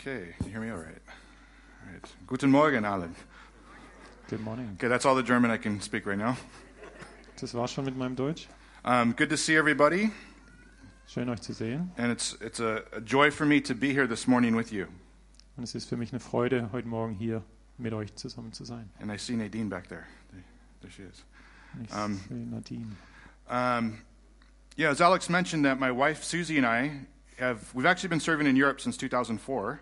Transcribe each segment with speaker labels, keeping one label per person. Speaker 1: Okay, can you hear me all right? All right. Guten Morgen, Alan.
Speaker 2: Good morning.
Speaker 1: Okay, that's all the German I can speak right now.
Speaker 2: Das war's schon mit meinem Deutsch.
Speaker 1: Um, good to see everybody,
Speaker 2: Schön euch zu sehen.
Speaker 1: and it's, it's a, a joy for me to be here this morning with you.
Speaker 2: Und es ist für mich eine Freude, heute Morgen hier mit euch zusammen zu sein.
Speaker 1: And I see Nadine back there. There- There she is.
Speaker 2: Ich
Speaker 1: Ähm.
Speaker 2: sehe Nadine.
Speaker 1: Um, yeah, as Alex mentioned, that my wife Susie and I have we've actually been serving in Europe since 2004.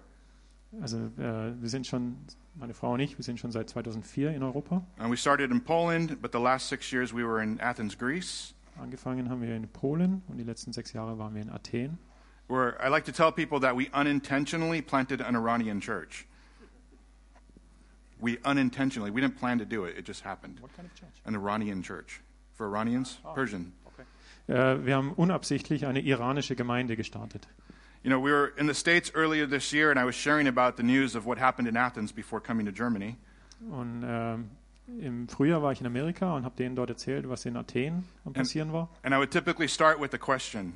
Speaker 2: Also äh, wir sind schon, meine Frau und ich, wir sind schon seit 2004 in Europa.
Speaker 1: And Uh, we started in Poland, but the last six years we were in Athens, Greece.
Speaker 2: Angefangen haben wir in Polen und die letzten sechs Jahre waren wir in Athen.
Speaker 1: Where I like to tell people that we unintentionally planted an Iranian church. We unintentionally, we didn't plan to do it, it just happened. An Iranian church. For Iranians? Persian.
Speaker 2: Äh, wir haben unabsichtlich eine iranische Gemeinde gestartet.
Speaker 1: You know, we were in the States earlier this year, and I was sharing about the news of what happened in Athens before coming to Germany.
Speaker 2: Und ähm, im Frühjahr war ich in Amerika und habe denen dort erzählt, was in Athen am passieren war.
Speaker 1: And I would typically start with a question.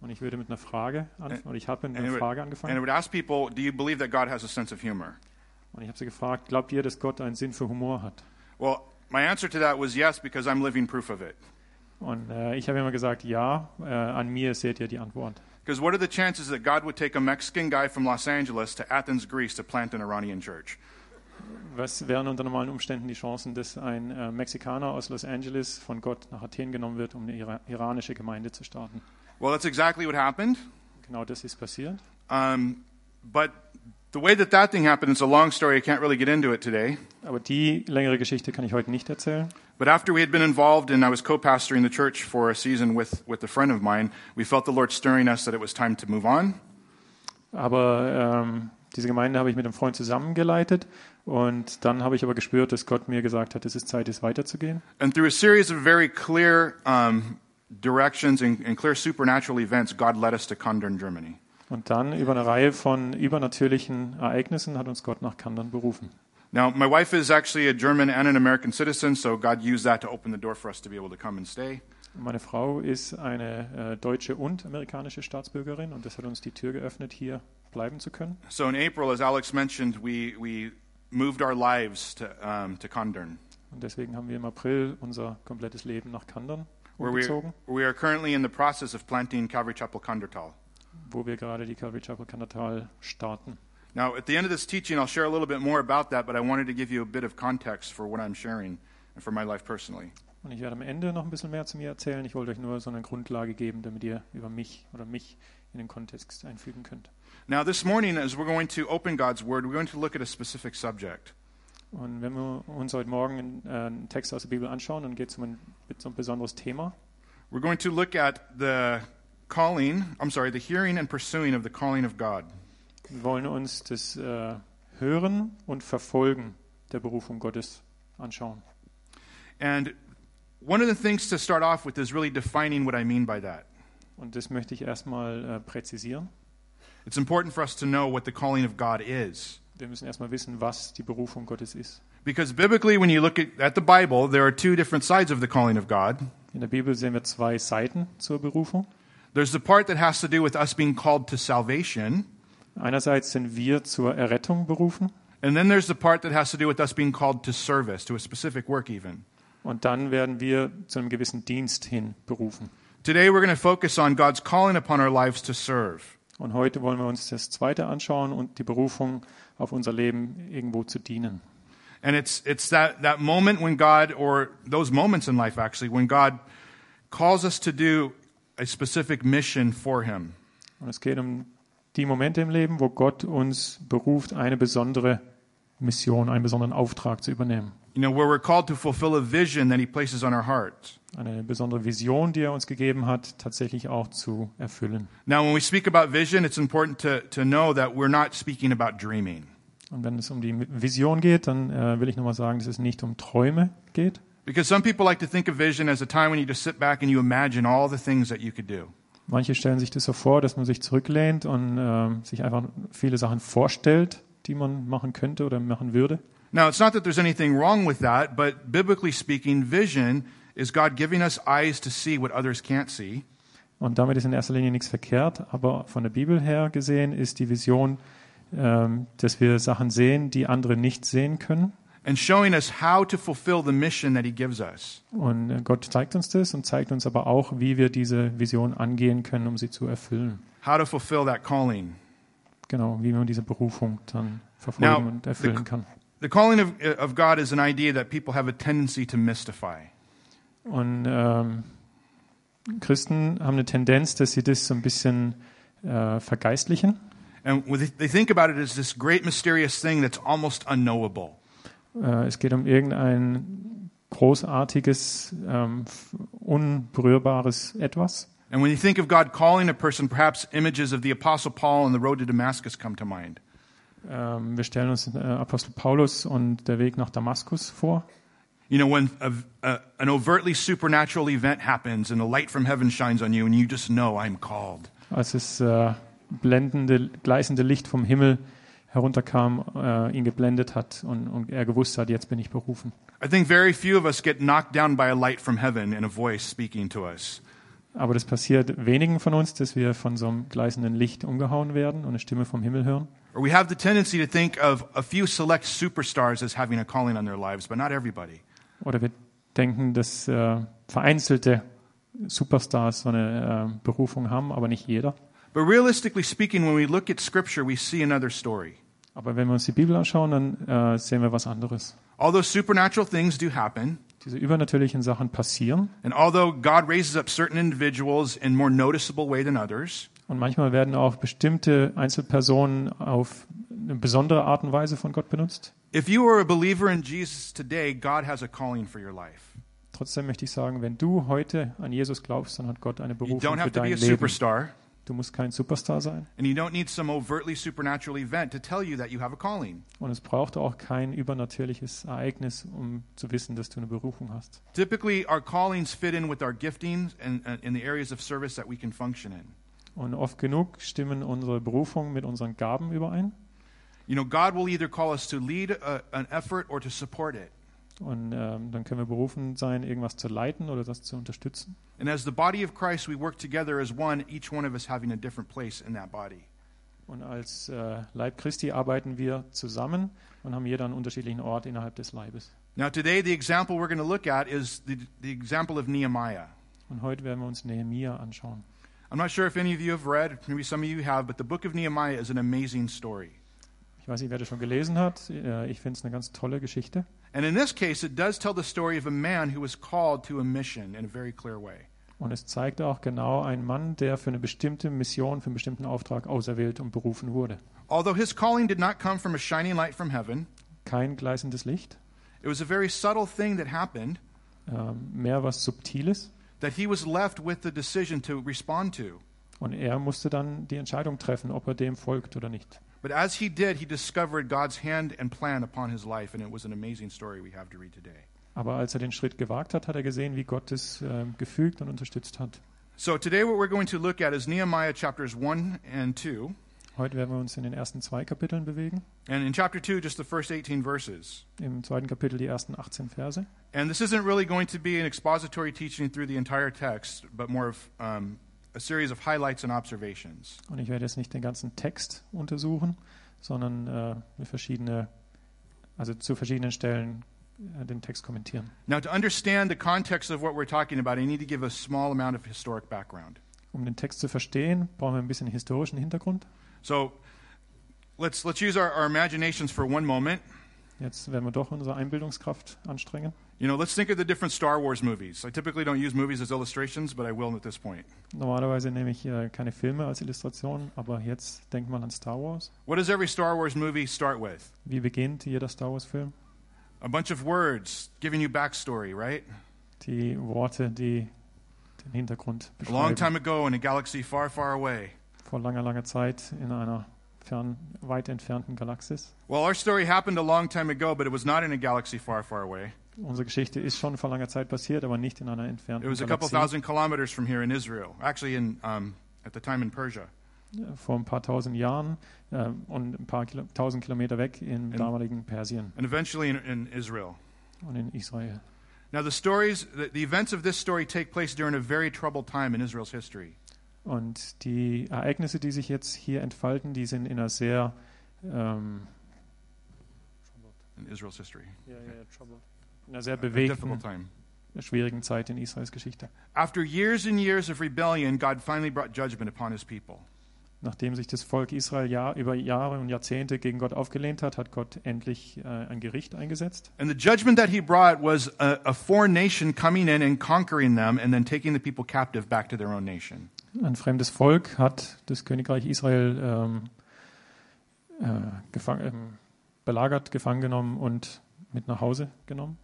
Speaker 2: Und ich würde mit einer Frage anfangen, oder ich habe mit
Speaker 1: And
Speaker 2: einer
Speaker 1: it would-
Speaker 2: Frage
Speaker 1: And I
Speaker 2: angefangen.
Speaker 1: would ask people, Do you believe that God has a sense of humor?
Speaker 2: Und ich habe sie gefragt, glaubt ihr, dass Gott einen Sinn für Humor hat?
Speaker 1: Well, my answer to that was yes, because I'm living proof of it.
Speaker 2: Und äh, ich habe immer gesagt, ja, äh, an mir seht ihr die Antwort.
Speaker 1: Because what are the chances that God would take a Mexican guy from Los Angeles to Athens, Greece to plant an Iranian church?
Speaker 2: Was wären unter normalen Umständen die Chancen, dass ein äh, Mexikaner aus Los Angeles von Gott nach Athen genommen wird, um eine ira iranische Gemeinde zu starten?
Speaker 1: Well, that's exactly what happened.
Speaker 2: Genau das ist passiert.
Speaker 1: Um, but the way that that thing happened is a long story. I can't really get into it today.
Speaker 2: Aber die längere Geschichte kann ich heute nicht erzählen.
Speaker 1: But after we had been involved and I was co pastoring the church for a season with, with a friend of mine, we felt the Lord stirring us that it was time to move on.
Speaker 2: Aber ähm, diese Gemeinde habe ich mit einem Freund zusammengeleitet und dann habe ich aber gespürt, dass Gott mir gesagt hat, es ist Zeit, es weiterzugehen.
Speaker 1: And through a series of very clear um, directions and, and clear supernatural events, God led us to Condern, Germany.
Speaker 2: Und dann über eine Reihe von übernatürlichen Ereignissen hat uns Gott nach Kandern berufen.
Speaker 1: Now, my wife is actually a German and an American citizen, so God used that to open the door for us to be able to come and stay.
Speaker 2: Meine Frau ist eine äh, deutsche und amerikanische Staatsbürgerin und das hat uns die Tür geöffnet, hier bleiben zu können.
Speaker 1: So in April, as Alex mentioned, we, we moved our lives to, um, to Condern,
Speaker 2: Und deswegen haben wir im April unser komplettes Leben nach Kandern
Speaker 1: where we,
Speaker 2: umgezogen,
Speaker 1: we are currently in the process of planting Calvary Chapel Condertal.
Speaker 2: wo wir gerade die Calvary Chapel Kandertal starten.
Speaker 1: Now, at the end of this teaching, I'll share a little bit more about that, but I wanted to give you a bit of context for what I'm sharing and for my life personally.
Speaker 2: Und ich werde am Ende noch ein bisschen mehr zu mir erzählen. Ich wollte euch nur so eine Grundlage geben, damit ihr über mich oder mich in den Kontext einfügen könnt.
Speaker 1: Now, this morning, as we're going to open God's Word, we're going to look at a specific subject.
Speaker 2: Und wenn wir uns heute Morgen äh, einen Text aus der Bibel anschauen, dann geht es um ein, so ein besonderes Thema.
Speaker 1: We're going to look at the calling, I'm sorry, the hearing and pursuing of the calling of God.
Speaker 2: Wir wollen uns das äh, Hören und Verfolgen der Berufung Gottes anschauen.
Speaker 1: And one of the things to start off with is really defining what I mean by that.
Speaker 2: Und das möchte ich erstmal äh, präzisieren.
Speaker 1: It's important for us to know what the calling of God is.
Speaker 2: Wir müssen erstmal wissen, was die Berufung Gottes ist.
Speaker 1: Because biblically, when you look at, at the Bible, there are two different sides of the calling of God.
Speaker 2: In der Bibel sehen wir zwei Seiten zur Berufung.
Speaker 1: There's the part that has to do with us being called to salvation,
Speaker 2: Einerseits sind wir zur Errettung berufen
Speaker 1: and then there's the part that has to do with us being called to service, to a specific work, even.
Speaker 2: und dann werden wir zu einem gewissen Dienst hin berufen.
Speaker 1: Today, we're going to focus on God's calling upon our lives to serve.
Speaker 2: Und heute wollen wir uns das Zweite anschauen und die Berufung auf unser Leben irgendwo zu dienen.
Speaker 1: And it's, it's that, that moment when God, or those moments in life actually, when God calls us to do a specific mission for Him.
Speaker 2: Und es geht um die Momente im Leben, wo Gott uns beruft, eine besondere Mission, einen besonderen Auftrag zu übernehmen.
Speaker 1: You know, where we're called to fulfill a vision that He places on our hearts.
Speaker 2: Eine besondere Vision, die er uns gegeben hat, tatsächlich auch zu erfüllen.
Speaker 1: Now, when we speak about vision, it's important to, to know that we're not speaking about dreaming.
Speaker 2: Und wenn es um die Vision geht, dann äh, will ich nochmal sagen, dass es nicht um Träume geht.
Speaker 1: Because some people like to think of vision as a time when you just sit back and you imagine all the things that you could do.
Speaker 2: Manche stellen sich das so vor, dass man sich zurücklehnt und ähm, sich einfach viele Sachen vorstellt, die man machen könnte oder machen würde.
Speaker 1: Now, it's not that there's anything wrong with that, but biblically speaking, vision is God giving us eyes to see what others can't see.
Speaker 2: Und damit ist in erster Linie nichts verkehrt, aber von der Bibel her gesehen ist die Vision ähm, dass wir Sachen sehen, die andere nicht sehen können.
Speaker 1: and showing us how to fulfill the mission that He gives us.
Speaker 2: Und äh, Gott zeigt uns das und zeigt uns aber auch, wie wir diese Vision angehen können, um sie zu erfüllen.
Speaker 1: How to fulfill that calling.
Speaker 2: Genau, wie man diese Berufung dann verfolgen
Speaker 1: Now,
Speaker 2: und erfüllen
Speaker 1: the-
Speaker 2: kann.
Speaker 1: The calling of, of God is an idea that people have a tendency to mystify.
Speaker 2: Und ähm, Christen haben eine Tendenz, dass sie das so ein bisschen äh, vergeistlichen
Speaker 1: And when they- they think about it as this great mysterious thing that's almost unknowable.
Speaker 2: Äh, Es geht um irgendein großartiges, ähm, f- unberührbares Etwas.
Speaker 1: And when you think of God calling a person, perhaps images of the Apostle Paul and the road to Damascus come to mind.
Speaker 2: Ähm, wir stellen uns äh, Apostel Paulus und der Weg nach Damaskus vor.
Speaker 1: You know, when a, a, an overtly supernatural event happens and a light from heaven shines on you and you just know I'm called.
Speaker 2: Als das äh, blendende, gleißende Licht vom Himmel herunterkam, äh, ihn geblendet hat und, und er gewusst hat, jetzt bin ich berufen.
Speaker 1: I think very few of us get knocked down by a light from heaven and a voice speaking to us.
Speaker 2: Aber das passiert wenigen von uns, dass wir von so einem gleißenden Licht umgehauen werden und eine Stimme vom Himmel hören.
Speaker 1: Or we have the tendency to think of a few select superstars as having a calling on their lives, but not everybody.
Speaker 2: Oder wir denken, dass äh, vereinzelte Superstars so eine äh, Berufung haben, aber nicht jeder.
Speaker 1: But realistically speaking, when we look at Scripture, we see another story.
Speaker 2: Aber wenn wir uns die Bibel anschauen, dann äh, sehen wir was anderes.
Speaker 1: Although supernatural things do happen,
Speaker 2: Diese übernatürlichen Sachen passieren
Speaker 1: and although God raises up certain individuals in more noticeable way than others,
Speaker 2: und manchmal werden auch bestimmte Einzelpersonen auf eine besondere Art und Weise von Gott benutzt.
Speaker 1: if you are a believer in Jesus today, God has a calling for your life.
Speaker 2: Trotzdem möchte ich sagen, wenn du heute an Jesus glaubst, dann hat Gott eine
Speaker 1: You
Speaker 2: Berufung
Speaker 1: don't
Speaker 2: für
Speaker 1: have to be
Speaker 2: dein
Speaker 1: a
Speaker 2: Leben.
Speaker 1: superstar,
Speaker 2: Du musst kein Superstar sein
Speaker 1: and you don't need some overtly supernatural event to tell you that you have a calling.
Speaker 2: und es braucht auch kein übernatürliches Ereignis, um zu wissen, dass du eine Berufung hast.
Speaker 1: Typically, our callings fit in with our giftings and, and in the areas of service that we can function in.
Speaker 2: Und oft genug stimmen unsere Berufungen mit unseren Gaben überein.
Speaker 1: You know, God will either call us to lead a, an effort or to support it.
Speaker 2: Und ähm, dann können wir berufen sein, irgendwas zu leiten oder das zu unterstützen.
Speaker 1: And as the body of Christ, we work together as one, each one of us having a different place in that body.
Speaker 2: Und als äh, Leib Christi arbeiten wir zusammen und haben jeder einen unterschiedlichen Ort innerhalb des Leibes.
Speaker 1: Now, today, the example we're going to look at is the, the example of Nehemiah.
Speaker 2: Und heute werden wir uns Nehemia anschauen.
Speaker 1: I'm not sure if any of you have read, maybe some of you have, but the book of Nehemiah is an amazing story.
Speaker 2: Ich weiß nicht, wer das schon gelesen hat. Äh, ich finde es eine ganz tolle Geschichte.
Speaker 1: And in this case, it does tell the story of a man who was called to a mission in a very clear way.
Speaker 2: Und es zeigt auch genau einen Mann, der für eine bestimmte Mission, für einen bestimmten Auftrag auserwählt und berufen wurde.
Speaker 1: Although his calling did not come from a shining light from heaven,
Speaker 2: Kein gleißendes Licht,
Speaker 1: it was a very subtle thing that happened
Speaker 2: ähm, mehr was Subtiles.
Speaker 1: that he was left with the decision to respond to.
Speaker 2: Und er musste dann die Entscheidung treffen, ob er dem folgt oder nicht.
Speaker 1: But as he did, he discovered God's hand and plan upon his life, and it was an amazing story we have to read today.
Speaker 2: Aber als er den Schritt gewagt hat, hat er gesehen, wie Gott es ähm, gefügt und unterstützt hat.
Speaker 1: So today, what we're going to look at is Nehemiah chapters 1 and 2.
Speaker 2: Heute werden wir uns in den ersten zwei Kapiteln bewegen.
Speaker 1: And in chapter 2, just the first 18 verses.
Speaker 2: Im zweiten Kapitel die ersten 18 Verse.
Speaker 1: And this isn't really going to be an expository teaching through the entire text, but more of um, a series of highlights and observations.
Speaker 2: Und ich werde jetzt nicht den ganzen Text untersuchen, sondern äh, mit verschiedene, also zu verschiedenen Stellen äh, den Text kommentieren.
Speaker 1: Now, to understand the context of what we're talking about, I need to give a small amount of historic background.
Speaker 2: Um den Text zu verstehen, brauchen wir ein bisschen historischen Hintergrund.
Speaker 1: So let's, let's use our, our imaginations for one moment.
Speaker 2: Jetzt werden wir doch unsere Einbildungskraft anstrengen.
Speaker 1: You know, let's think of the different Star Wars movies. I typically don't use movies as illustrations, but I will at this point.
Speaker 2: Normalerweise nehme ich äh, keine Filme als Illustration, aber jetzt denkt man an Star Wars.
Speaker 1: What does every Star Wars movie start with?
Speaker 2: Wie beginnt jeder Star Wars-Film?
Speaker 1: A bunch of words giving you backstory, right?
Speaker 2: Die Worte, die den Hintergrund
Speaker 1: A long
Speaker 2: beschreiben.
Speaker 1: time ago in a galaxy far, far away.
Speaker 2: Vor langer, langer Zeit in einer fern, weit entfernten Galaxis.
Speaker 1: Well, our story happened a long time ago, but it was not in a galaxy far, far away.
Speaker 2: Unsere Geschichte ist schon vor langer Zeit passiert, aber nicht in einer
Speaker 1: It
Speaker 2: entfernten
Speaker 1: was a couple
Speaker 2: Galaxie.
Speaker 1: thousand kilometers from here in Israel, actually, in, um, at the time in Persia.
Speaker 2: Äh, Vor ein paar tausend Jahren äh, und ein paar Kilo, tausend Kilometer weg
Speaker 1: In-
Speaker 2: im damaligen Persien
Speaker 1: and eventually in, in Israel.
Speaker 2: und in Israel.
Speaker 1: Now, the stories, the, the events of this story take place during a very troubled time in Israel's history.
Speaker 2: Und die Ereignisse, die sich jetzt hier entfalten, die sind in einer sehr ähm,
Speaker 1: in Israel's history.
Speaker 2: ja, ja, troubled. in einer sehr
Speaker 1: A difficult
Speaker 2: bewegten,
Speaker 1: time.
Speaker 2: schwierigen Zeit in Israels Geschichte.
Speaker 1: After years and years of rebellion, God finally brought judgment upon his people.
Speaker 2: Nachdem sich das Volk Israel Jahr, über Jahre und Jahrzehnte gegen Gott aufgelehnt hat, hat Gott endlich äh, ein Gericht eingesetzt.
Speaker 1: And the judgment that he brought was a, a foreign nation coming in and conquering them and then taking the people captive back to their own nation.
Speaker 2: Ein fremdes Volk hat das Königreich Israel ähm, äh, gefang, ähm, belagert, gefangen genommen und mit nach Hause genommen.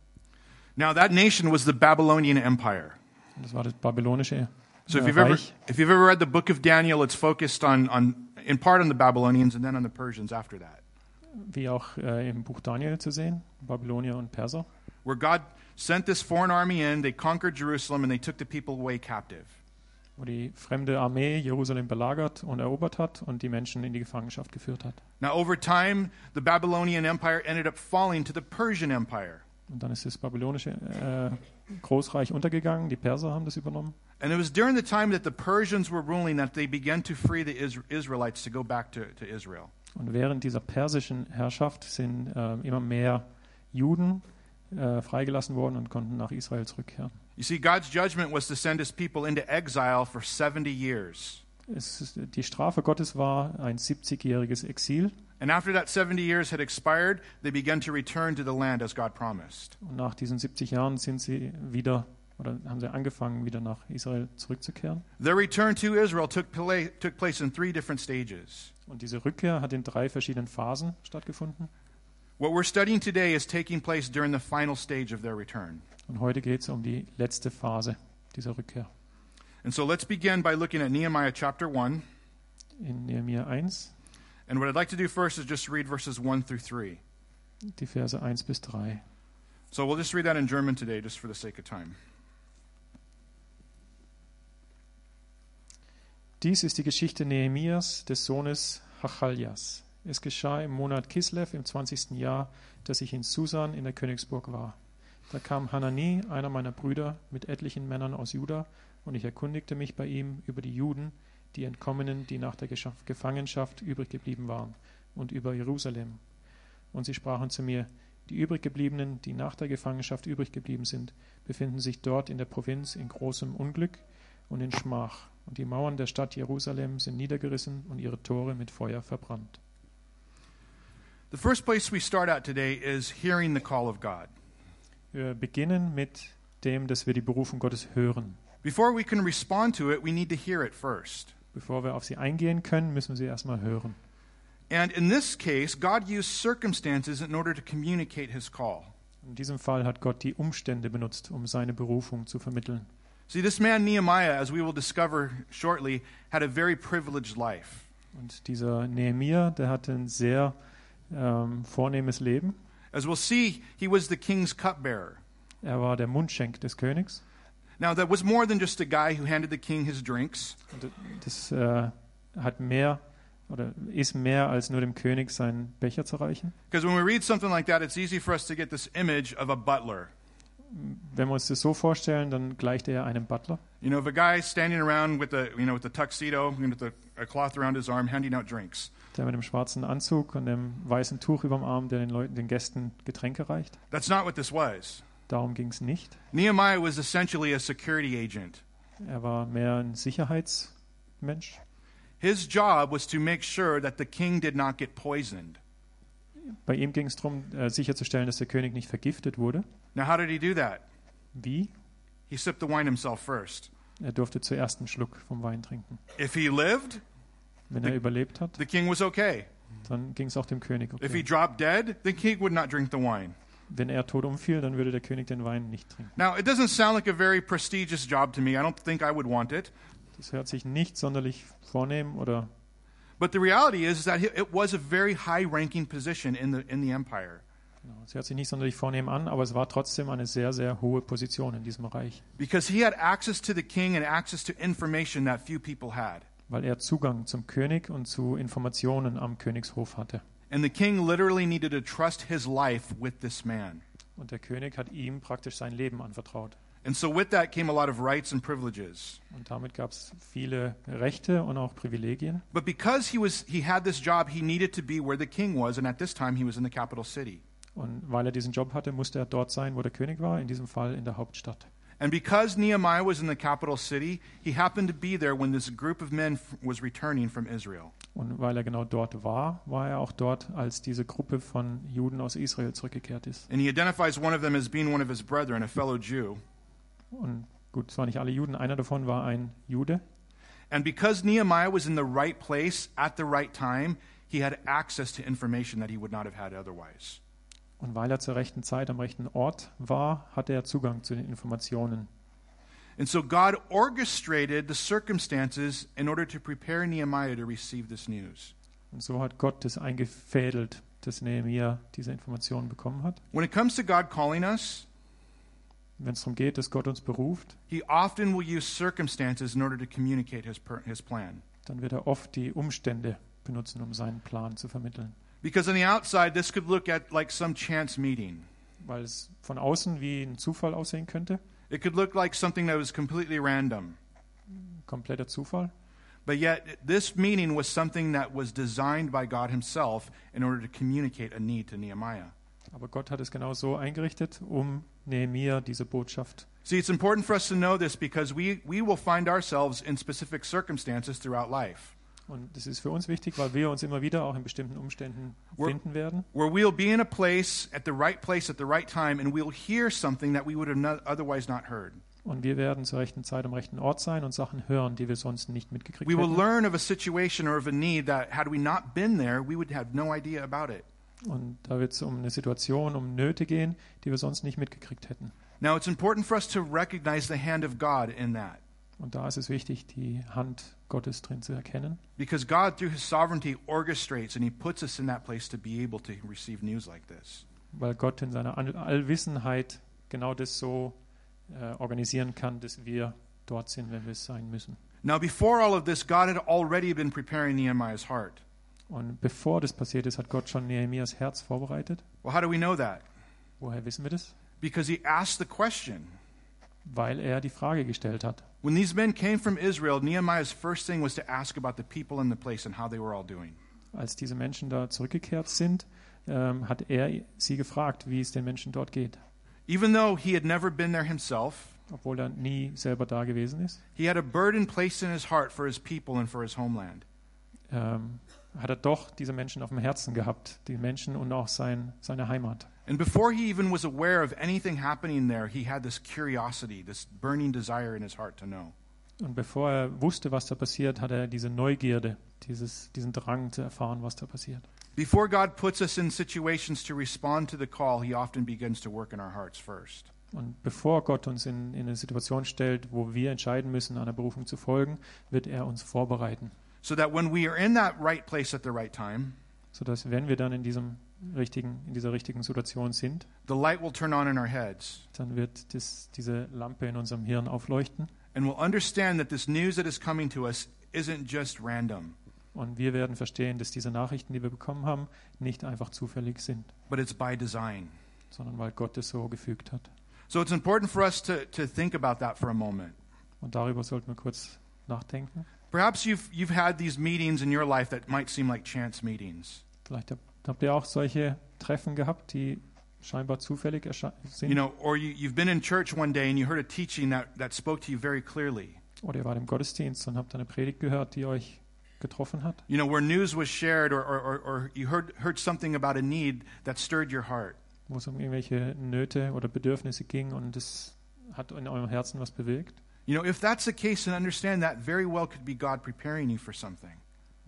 Speaker 1: Now, that nation was the Babylonian Empire.
Speaker 2: Und Das war das babylonische
Speaker 1: So,
Speaker 2: äh,
Speaker 1: if you've, ever,
Speaker 2: Reich.
Speaker 1: if you've ever read the book of Daniel, it's focused on, on, in part on the Babylonians and then on the Persians after that,
Speaker 2: wie auch äh, im Buch Daniel zu sehen, Babylonier und Perser.
Speaker 1: where God sent this foreign army in, they conquered Jerusalem, and they took the people away captive.
Speaker 2: wo die fremde Armee Jerusalem belagert und erobert hat und die Menschen in die Gefangenschaft geführt hat.
Speaker 1: Now, over time, the Babylonian Empire ended up falling to the Persian Empire.
Speaker 2: Und dann ist das babylonische äh, Großreich untergegangen, die Perser haben das übernommen.
Speaker 1: And it was during the time that the Persians were ruling that they began to free the Isra- Israelites to go back to, to Israel.
Speaker 2: Und während dieser persischen Herrschaft sind äh, immer mehr Juden äh, freigelassen worden und konnten nach Israel zurückkehren.
Speaker 1: You see, God's judgment was to send his people into exile for 70 years.
Speaker 2: Es ist, die Strafe Gottes war ein 70-jähriges Exil.
Speaker 1: And after that 70 years had expired, they began to return to the land as God promised.
Speaker 2: Und nach diesen 70 Jahren sind sie wieder oder haben sie angefangen, wieder nach Israel zurückzukehren.
Speaker 1: Their return to Israel took, pla- took place in three different stages.
Speaker 2: Und diese Rückkehr hat in drei verschiedenen Phasen stattgefunden.
Speaker 1: What we're studying today is taking place during the final stage of their return.
Speaker 2: Und heute geht es um die letzte Phase dieser Rückkehr.
Speaker 1: And so let's begin by looking at Nehemiah chapter 1.
Speaker 2: In Nehemiah 1,
Speaker 1: And what I'd like to do first is just read verses 1 through 3.
Speaker 2: die Verse 1 bis 3.
Speaker 1: So we'll just read that in German today, just for the sake of time.
Speaker 2: Dies ist die Geschichte Nehemias, des Sohnes Hachaljas. Es geschah im Monat Kislev im 20. Jahr, dass ich in Susan in der Königsburg war. Da kam Hanani, einer meiner Brüder, mit etlichen Männern aus Juda, und ich erkundigte mich bei ihm über die Juden, die Entkommenen, die nach der Gescha- Gefangenschaft übrig geblieben waren, und über Jerusalem. Und sie sprachen zu mir, die übriggebliebenen, die nach der Gefangenschaft übrig geblieben sind, befinden sich dort in der Provinz in großem Unglück und in Schmach, und die Mauern der Stadt Jerusalem sind niedergerissen und ihre Tore mit Feuer verbrannt.
Speaker 1: The first place we start out today is hearing the call of God.
Speaker 2: Wir beginnen mit dem, dass wir die Berufung Gottes hören.
Speaker 1: Before we can respond to it, we need to hear it first.
Speaker 2: Bevor wir auf sie eingehen können, müssen wir sie erstmal hören.
Speaker 1: And in this case, God used circumstances in order to communicate his call.
Speaker 2: In diesem Fall hat Gott die Umstände benutzt, um seine Berufung zu vermitteln.
Speaker 1: See, this man Nehemiah, as we will discover shortly, had a very privileged life.
Speaker 2: Und dieser Nehemia, der hatte ein sehr ähm, vornehmes Leben.
Speaker 1: As we'll see, he was the king's cupbearer.
Speaker 2: Er war der Mundschenk des Königs.
Speaker 1: Now, that was more than just a guy who handed the king his drinks.
Speaker 2: Und das äh, hat mehr oder ist mehr als nur dem König seinen Becher zu reichen.
Speaker 1: Because when we read something like that, it's easy for us to get this image of a butler.
Speaker 2: Wenn wir uns das so vorstellen, dann gleicht er einem Butler.
Speaker 1: You know, if a guy standing around with a you know with a tuxedo and with a, a cloth around his arm, handing out drinks,
Speaker 2: Der mit dem schwarzen Anzug und dem weißen Tuch über dem Arm, der den Leuten, den Gästen Getränke reicht.
Speaker 1: that's not what this was.
Speaker 2: Darum ging es nicht.
Speaker 1: Nehemiah was essentially a security agent.
Speaker 2: Er war mehr ein Sicherheitsmensch.
Speaker 1: His job was to make sure that the king did not get poisoned.
Speaker 2: Bei ihm ging es darum, äh, sicherzustellen, dass der König nicht vergiftet wurde.
Speaker 1: Now, how did he do that?
Speaker 2: Wie?
Speaker 1: He sipped the wine himself first.
Speaker 2: Er durfte zuerst einen Schluck vom Wein trinken.
Speaker 1: If he lived,
Speaker 2: Wenn er überlebt hat,
Speaker 1: the king was okay.
Speaker 2: dann ging es auch dem König.
Speaker 1: If he
Speaker 2: Okay.
Speaker 1: dropped dead, the king would not drink the wine.
Speaker 2: Wenn er tot umfiel, dann würde der König den Wein nicht trinken.
Speaker 1: Now, it doesn't sound like a very prestigious job to me. I don't think I would want it.
Speaker 2: Das hört sich nicht sonderlich vornehm oder
Speaker 1: But the reality is that he- it was a very high-ranking position in the in the empire.
Speaker 2: genau, es hört sich nicht sonderlich vornehm an, aber es war trotzdem eine sehr sehr hohe Position in diesem Reich,
Speaker 1: because he had access to the king and access to information that few people had.
Speaker 2: weil er Zugang zum König und zu Informationen am Königshof hatte.
Speaker 1: And the king literally needed to trust his life with this man.
Speaker 2: Und der König hat ihm praktisch sein Leben anvertraut.
Speaker 1: And so with that came a lot of rights and privileges.
Speaker 2: Und damit gab es viele Rechte und auch Privilegien.
Speaker 1: But because he was he had this job, he needed to be where the king was, and at this time he was in the capital city.
Speaker 2: Und weil er diesen Job hatte, musste er dort sein, wo der König war, in diesem Fall in der Hauptstadt.
Speaker 1: And because Nehemiah was in the capital city, he happened to be there when this group of men f- was returning from Israel.
Speaker 2: Und weil er genau dort war, war er auch dort, als diese Gruppe von Juden aus Israel zurückgekehrt ist.
Speaker 1: And he identifies one of them as being one of his brethren, a fellow Jew.
Speaker 2: Und gut, es waren nicht alle Juden, einer davon war ein Jude.
Speaker 1: And because Nehemiah was in the right place at the right time, he had access to information that he would not have had otherwise.
Speaker 2: Und weil er zur rechten Zeit am rechten Ort war, hatte er Zugang zu den Informationen.
Speaker 1: And so God orchestrated the circumstances in order to prepare Nehemiah to receive this news.
Speaker 2: Und so hat Gott das eingefädelt, dass Nehemiah diese Informationen bekommen hat.
Speaker 1: When it comes to God calling us,
Speaker 2: Wenn es darum geht, dass Gott uns beruft,
Speaker 1: he often will use circumstances in order to communicate his, per- his plan.
Speaker 2: dann wird er oft die Umstände benutzen, um seinen Plan zu vermitteln.
Speaker 1: Because on the outside, this could look at like some chance meeting.
Speaker 2: Weil es von außen wie ein Zufall aussehen könnte,
Speaker 1: It could look like something that was completely random.
Speaker 2: kompletter Zufall.
Speaker 1: But yet, this meeting was something that was designed by God Himself in order to communicate a need to Nehemiah.
Speaker 2: Aber Gott hat es genau so eingerichtet, um Nehemiah diese Botschaft.
Speaker 1: See, it's important for us to know this because we, we will find ourselves in specific circumstances throughout life
Speaker 2: Und das ist für uns wichtig, weil wir uns immer wieder auch in bestimmten Umständen
Speaker 1: Wo-
Speaker 2: finden werden.
Speaker 1: where we'll be in a place at the right place at the right time and we'll hear something that we would have not, otherwise not heard.
Speaker 2: Und wir werden zur rechten Zeit am rechten Ort sein und Sachen hören, die wir sonst nicht mitgekriegt
Speaker 1: We will
Speaker 2: hätten.
Speaker 1: learn of a situation or of a need that, had we not been there, we would have no idea about it.
Speaker 2: Und da wird es um eine Situation, um Nöte gehen, die wir sonst nicht mitgekriegt hätten.
Speaker 1: Now, it's important for us to recognize the hand of God in that
Speaker 2: Und da ist es wichtig, die Hand Gottes drin zu erkennen,
Speaker 1: because God, through His sovereignty, orchestrates and He puts us in that place to be able to receive news like this.
Speaker 2: weil Gott in seiner All- Allwissenheit genau das so äh, organisieren kann, dass wir dort sind, wenn wir es sein müssen.
Speaker 1: Now, before all of this, God had already been preparing Nehemiah's heart.
Speaker 2: Und bevor das passiert ist, hat Gott schon Nehemias Herz vorbereitet.
Speaker 1: Well, how do we know that?
Speaker 2: Woher wissen wir das?
Speaker 1: Because He asked the question.
Speaker 2: Weil er die Frage gestellt hat.
Speaker 1: When these men came from Israel, Nehemiah's first thing was to ask about the people and the place and how they were all doing.
Speaker 2: Als diese Menschen da zurückgekehrt sind, ähm, hat er sie gefragt, wie es den Menschen dort geht.
Speaker 1: Even though he had never been there himself,
Speaker 2: obwohl er nie selber da gewesen ist,
Speaker 1: he had a burden placed in his heart for his people and for his homeland.
Speaker 2: ähm, hat er doch diese Menschen auf dem Herzen gehabt, die Menschen und auch sein, seine Heimat.
Speaker 1: And before he even was aware of anything happening there, he had this curiosity, this burning desire in his heart to know.
Speaker 2: Und bevor er wusste, was da passiert, hat er diese Neugierde, dieses, diesen Drang zu erfahren, was da passiert.
Speaker 1: Before God puts us in situations to respond to the call, he often begins to work in our hearts first.
Speaker 2: Und bevor Gott uns in, in eine Situation stellt, wo wir entscheiden müssen, einer Berufung zu folgen, wird er uns vorbereiten,
Speaker 1: So that when we are in that right place at the right time,
Speaker 2: sodass, wenn wir dann in, diesem richtigen, in dieser richtigen Situation sind,
Speaker 1: the light will turn on in our heads,
Speaker 2: dann wird das, diese Lampe in unserem Hirn aufleuchten
Speaker 1: and we'll understand that this news that is coming to us isn't just random,
Speaker 2: Und wir werden verstehen, dass diese Nachrichten, die wir bekommen haben, nicht einfach zufällig sind,
Speaker 1: but it's by design.
Speaker 2: sondern weil Gott es so gefügt hat.
Speaker 1: So it's important for us to, to think about that for a moment.
Speaker 2: Und darüber sollten wir kurz nachdenken.
Speaker 1: Perhaps you've, you've had these meetings in your life that might seem like chance meetings.
Speaker 2: Vielleicht habt, habt ihr auch solche Treffen gehabt, die scheinbar zufällig ersche- sind.
Speaker 1: You know, or you, you've been in church one day and you heard a teaching that, that spoke to you very clearly.
Speaker 2: Oder ihr wart im Gottesdienst und habt eine Predigt gehört, die euch getroffen hat.
Speaker 1: You know, where news was shared or, or, or, or you heard, heard something about a need that stirred your heart.
Speaker 2: Wo es um irgendwelche Nöte oder Bedürfnisse ging und es hat in eurem Herzen was bewegt.
Speaker 1: You know, if that's the case, then understand that very well could be God preparing you for something,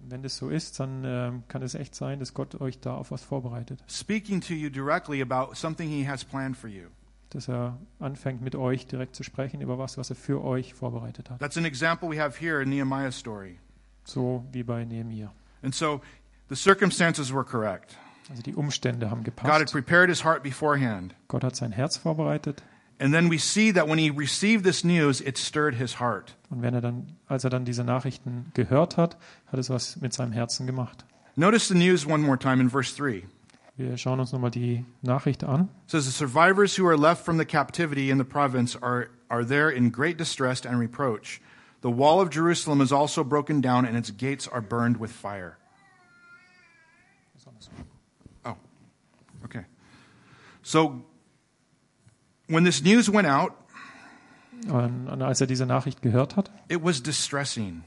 Speaker 2: Wenn das so ist, dann ähm, kann es echt sein, dass Gott euch da auf was vorbereitet.
Speaker 1: speaking to you directly about something He has planned for you.
Speaker 2: dass er anfängt mit euch direkt zu sprechen über was, was er für euch vorbereitet hat.
Speaker 1: That's an example we have here in Nehemiah's story.
Speaker 2: So wie bei Nehemiah.
Speaker 1: And so the circumstances were correct.
Speaker 2: Also die Umstände haben
Speaker 1: God had
Speaker 2: gepasst.
Speaker 1: prepared his heart beforehand.
Speaker 2: Gott hat sein Herz vorbereitet
Speaker 1: And then we see that when he received this news, it stirred his heart.
Speaker 2: und wenn er dann, als er dann diese Nachrichten gehört hat, hat es was mit seinem Herzen gemacht.
Speaker 1: Notice the news one more time in verse 3.
Speaker 2: Wir schauen uns nochmal die Nachricht an.
Speaker 1: It says the survivors who are left from the captivity in the province are, are there in great distress and reproach. The wall of Jerusalem is also broken down and its gates are burned with fire. Oh, okay. So when this news went out,
Speaker 2: Und und als er diese Nachricht gehört hat,
Speaker 1: it was distressing.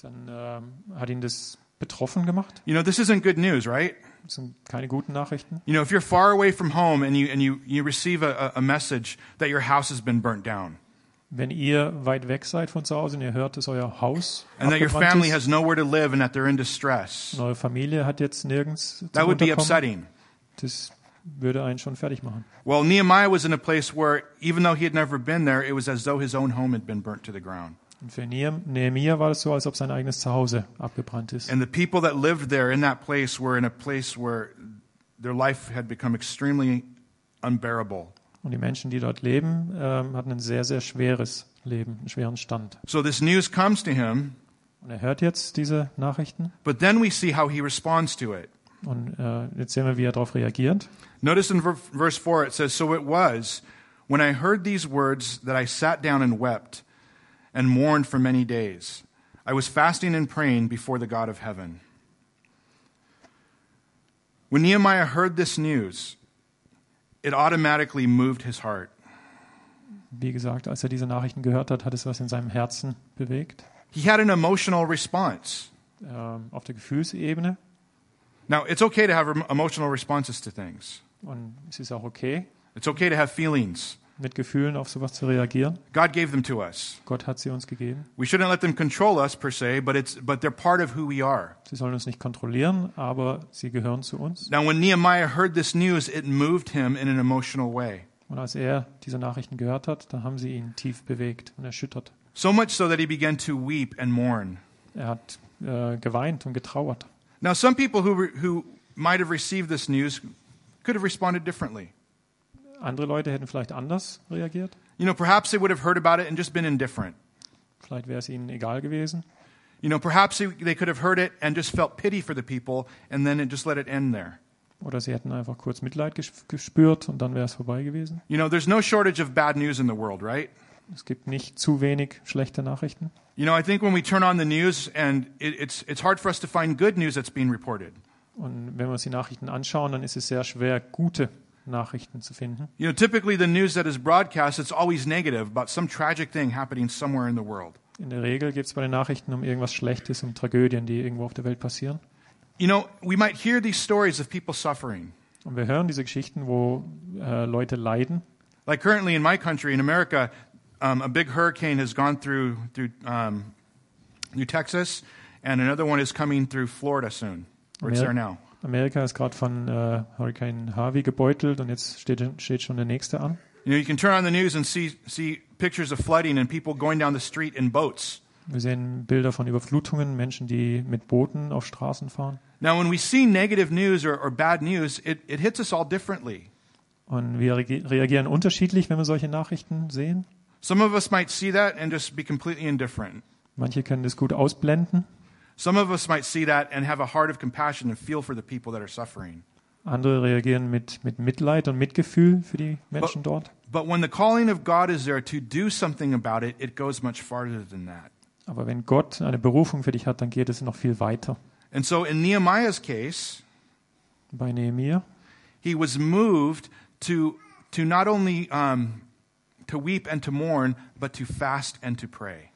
Speaker 2: dann ähm, hat ihn das betroffen gemacht.
Speaker 1: You know, this isn't good news, right?
Speaker 2: Das sind keine guten Nachrichten.
Speaker 1: You know, if you're far away from home and you, and you, you receive a, a a message that your house has been burnt down
Speaker 2: Wenn ihr weit weg seid von zu Hause und ihr hört, dass euer Haus
Speaker 1: and that your
Speaker 2: abgebrannt
Speaker 1: family
Speaker 2: ist,
Speaker 1: has nowhere to live and that they're in distress,
Speaker 2: und eure Familie hat jetzt nirgends zum
Speaker 1: that would be
Speaker 2: Unterkommen,
Speaker 1: upsetting.
Speaker 2: das würde einen schon fertig machen.
Speaker 1: Well, Nehemiah was in a place where, even though he had never been there, it was as though his own home had been burnt to the ground.
Speaker 2: Und für Nehem- Nehemia war es so, als ob sein eigenes Zuhause abgebrannt ist.
Speaker 1: And the people that lived there in that place were in a place where their life had become extremely unbearable.
Speaker 2: Und die Menschen, die dort leben, ähm, hatten ein sehr, sehr schweres Leben, einen schweren Stand.
Speaker 1: So this news comes to him,
Speaker 2: Und er hört jetzt diese Nachrichten
Speaker 1: but then we see how he responds to it.
Speaker 2: und äh, jetzt sehen wir, wie er darauf reagiert.
Speaker 1: Notice in ver- verse 4 it says, So it was, when I heard these words, that I sat down and wept and mourned for many days. I was fasting and praying before the God of heaven. When Nehemiah heard this news, it automatically moved his heart.
Speaker 2: Wie gesagt, als er diese Nachrichten gehört hat, hat es was in seinem Herzen bewegt,
Speaker 1: He had an emotional response.
Speaker 2: ähm, auf der Gefühlsebene.
Speaker 1: Now, it's okay to have em- emotional responses to things,
Speaker 2: Und es ist auch okay,
Speaker 1: it's okay to have feelings.
Speaker 2: mit Gefühlen auf sowas zu reagieren.
Speaker 1: God gave them to us.
Speaker 2: Gott hat sie uns gegeben.
Speaker 1: We shouldn't let them control us per se, but, it's, but they're part of who we are.
Speaker 2: Sie sollen uns nicht kontrollieren, aber sie gehören zu uns.
Speaker 1: Now, when Nehemiah heard this news, it moved him in an emotional way.
Speaker 2: Und als er diese Nachrichten gehört hat, da haben sie ihn tief bewegt und erschüttert.
Speaker 1: So much so that he began to weep and mourn.
Speaker 2: Er hat äh, geweint und getrauert.
Speaker 1: Now, some people who, re- who might have received this news could have responded differently.
Speaker 2: Andere Leute hätten vielleicht anders reagiert.
Speaker 1: You know, perhaps they would have heard about it and just been indifferent.
Speaker 2: Vielleicht wäre es ihnen egal gewesen.
Speaker 1: You know, perhaps they- they could have heard it and just felt pity for the people and then it just let it end there.
Speaker 2: Oder sie hätten einfach kurz Mitleid ges- gespürt und dann wäre es vorbei gewesen.
Speaker 1: You know, there's no shortage of bad news in the world, right?
Speaker 2: Es gibt nicht zu wenig schlechte Nachrichten.
Speaker 1: You know, I think when we turn on the news and it, it's, it's hard for us to find good news that's being reported.
Speaker 2: Und wenn wir uns die Nachrichten anschauen, dann ist es sehr schwer, gute Nachrichten zu finden.
Speaker 1: You know, typically the news that is broadcast, it's always negative about some tragic thing happening somewhere in the world.
Speaker 2: In der Regel geht es bei den Nachrichten um irgendwas Schlechtes, um Tragödien, die irgendwo auf der Welt passieren.
Speaker 1: You know, we might hear these stories of people suffering.
Speaker 2: Und wir hören diese Geschichten, wo äh, Leute leiden.
Speaker 1: Like currently in my country, in America, um, a big hurricane has gone through through um, New Texas, and another one is coming through Florida soon. Or it's
Speaker 2: Ameri-
Speaker 1: there now.
Speaker 2: Amerika ist gerade von äh, Hurricane Harvey gebeutelt und jetzt steht, steht schon der nächste an.
Speaker 1: You know, you can turn on the news and see see pictures of flooding and people going down the street in boats.
Speaker 2: Wir sehen Bilder von Überflutungen, Menschen, die mit Booten auf Straßen fahren.
Speaker 1: Now, when we see negative news or, or bad news, it, it hits us all differently.
Speaker 2: Und wir rege- reagieren unterschiedlich, wenn wir solche Nachrichten sehen.
Speaker 1: Some of us might see that and just be completely indifferent.
Speaker 2: Manche können das gut ausblenden,
Speaker 1: Some of us might see that and have a heart of compassion and feel for the people that are suffering.
Speaker 2: andere reagieren mit, mit Mitleid und Mitgefühl für die Menschen dort.
Speaker 1: But when the calling of God is there to do something about it, it goes much farther than that.
Speaker 2: Aber wenn Gott eine Berufung für dich hat, dann geht es noch viel weiter.
Speaker 1: And so in Nehemiah's case,
Speaker 2: Bei Nehemiah,
Speaker 1: he was moved to, to not only um, to weep and to mourn, but to fast and to pray.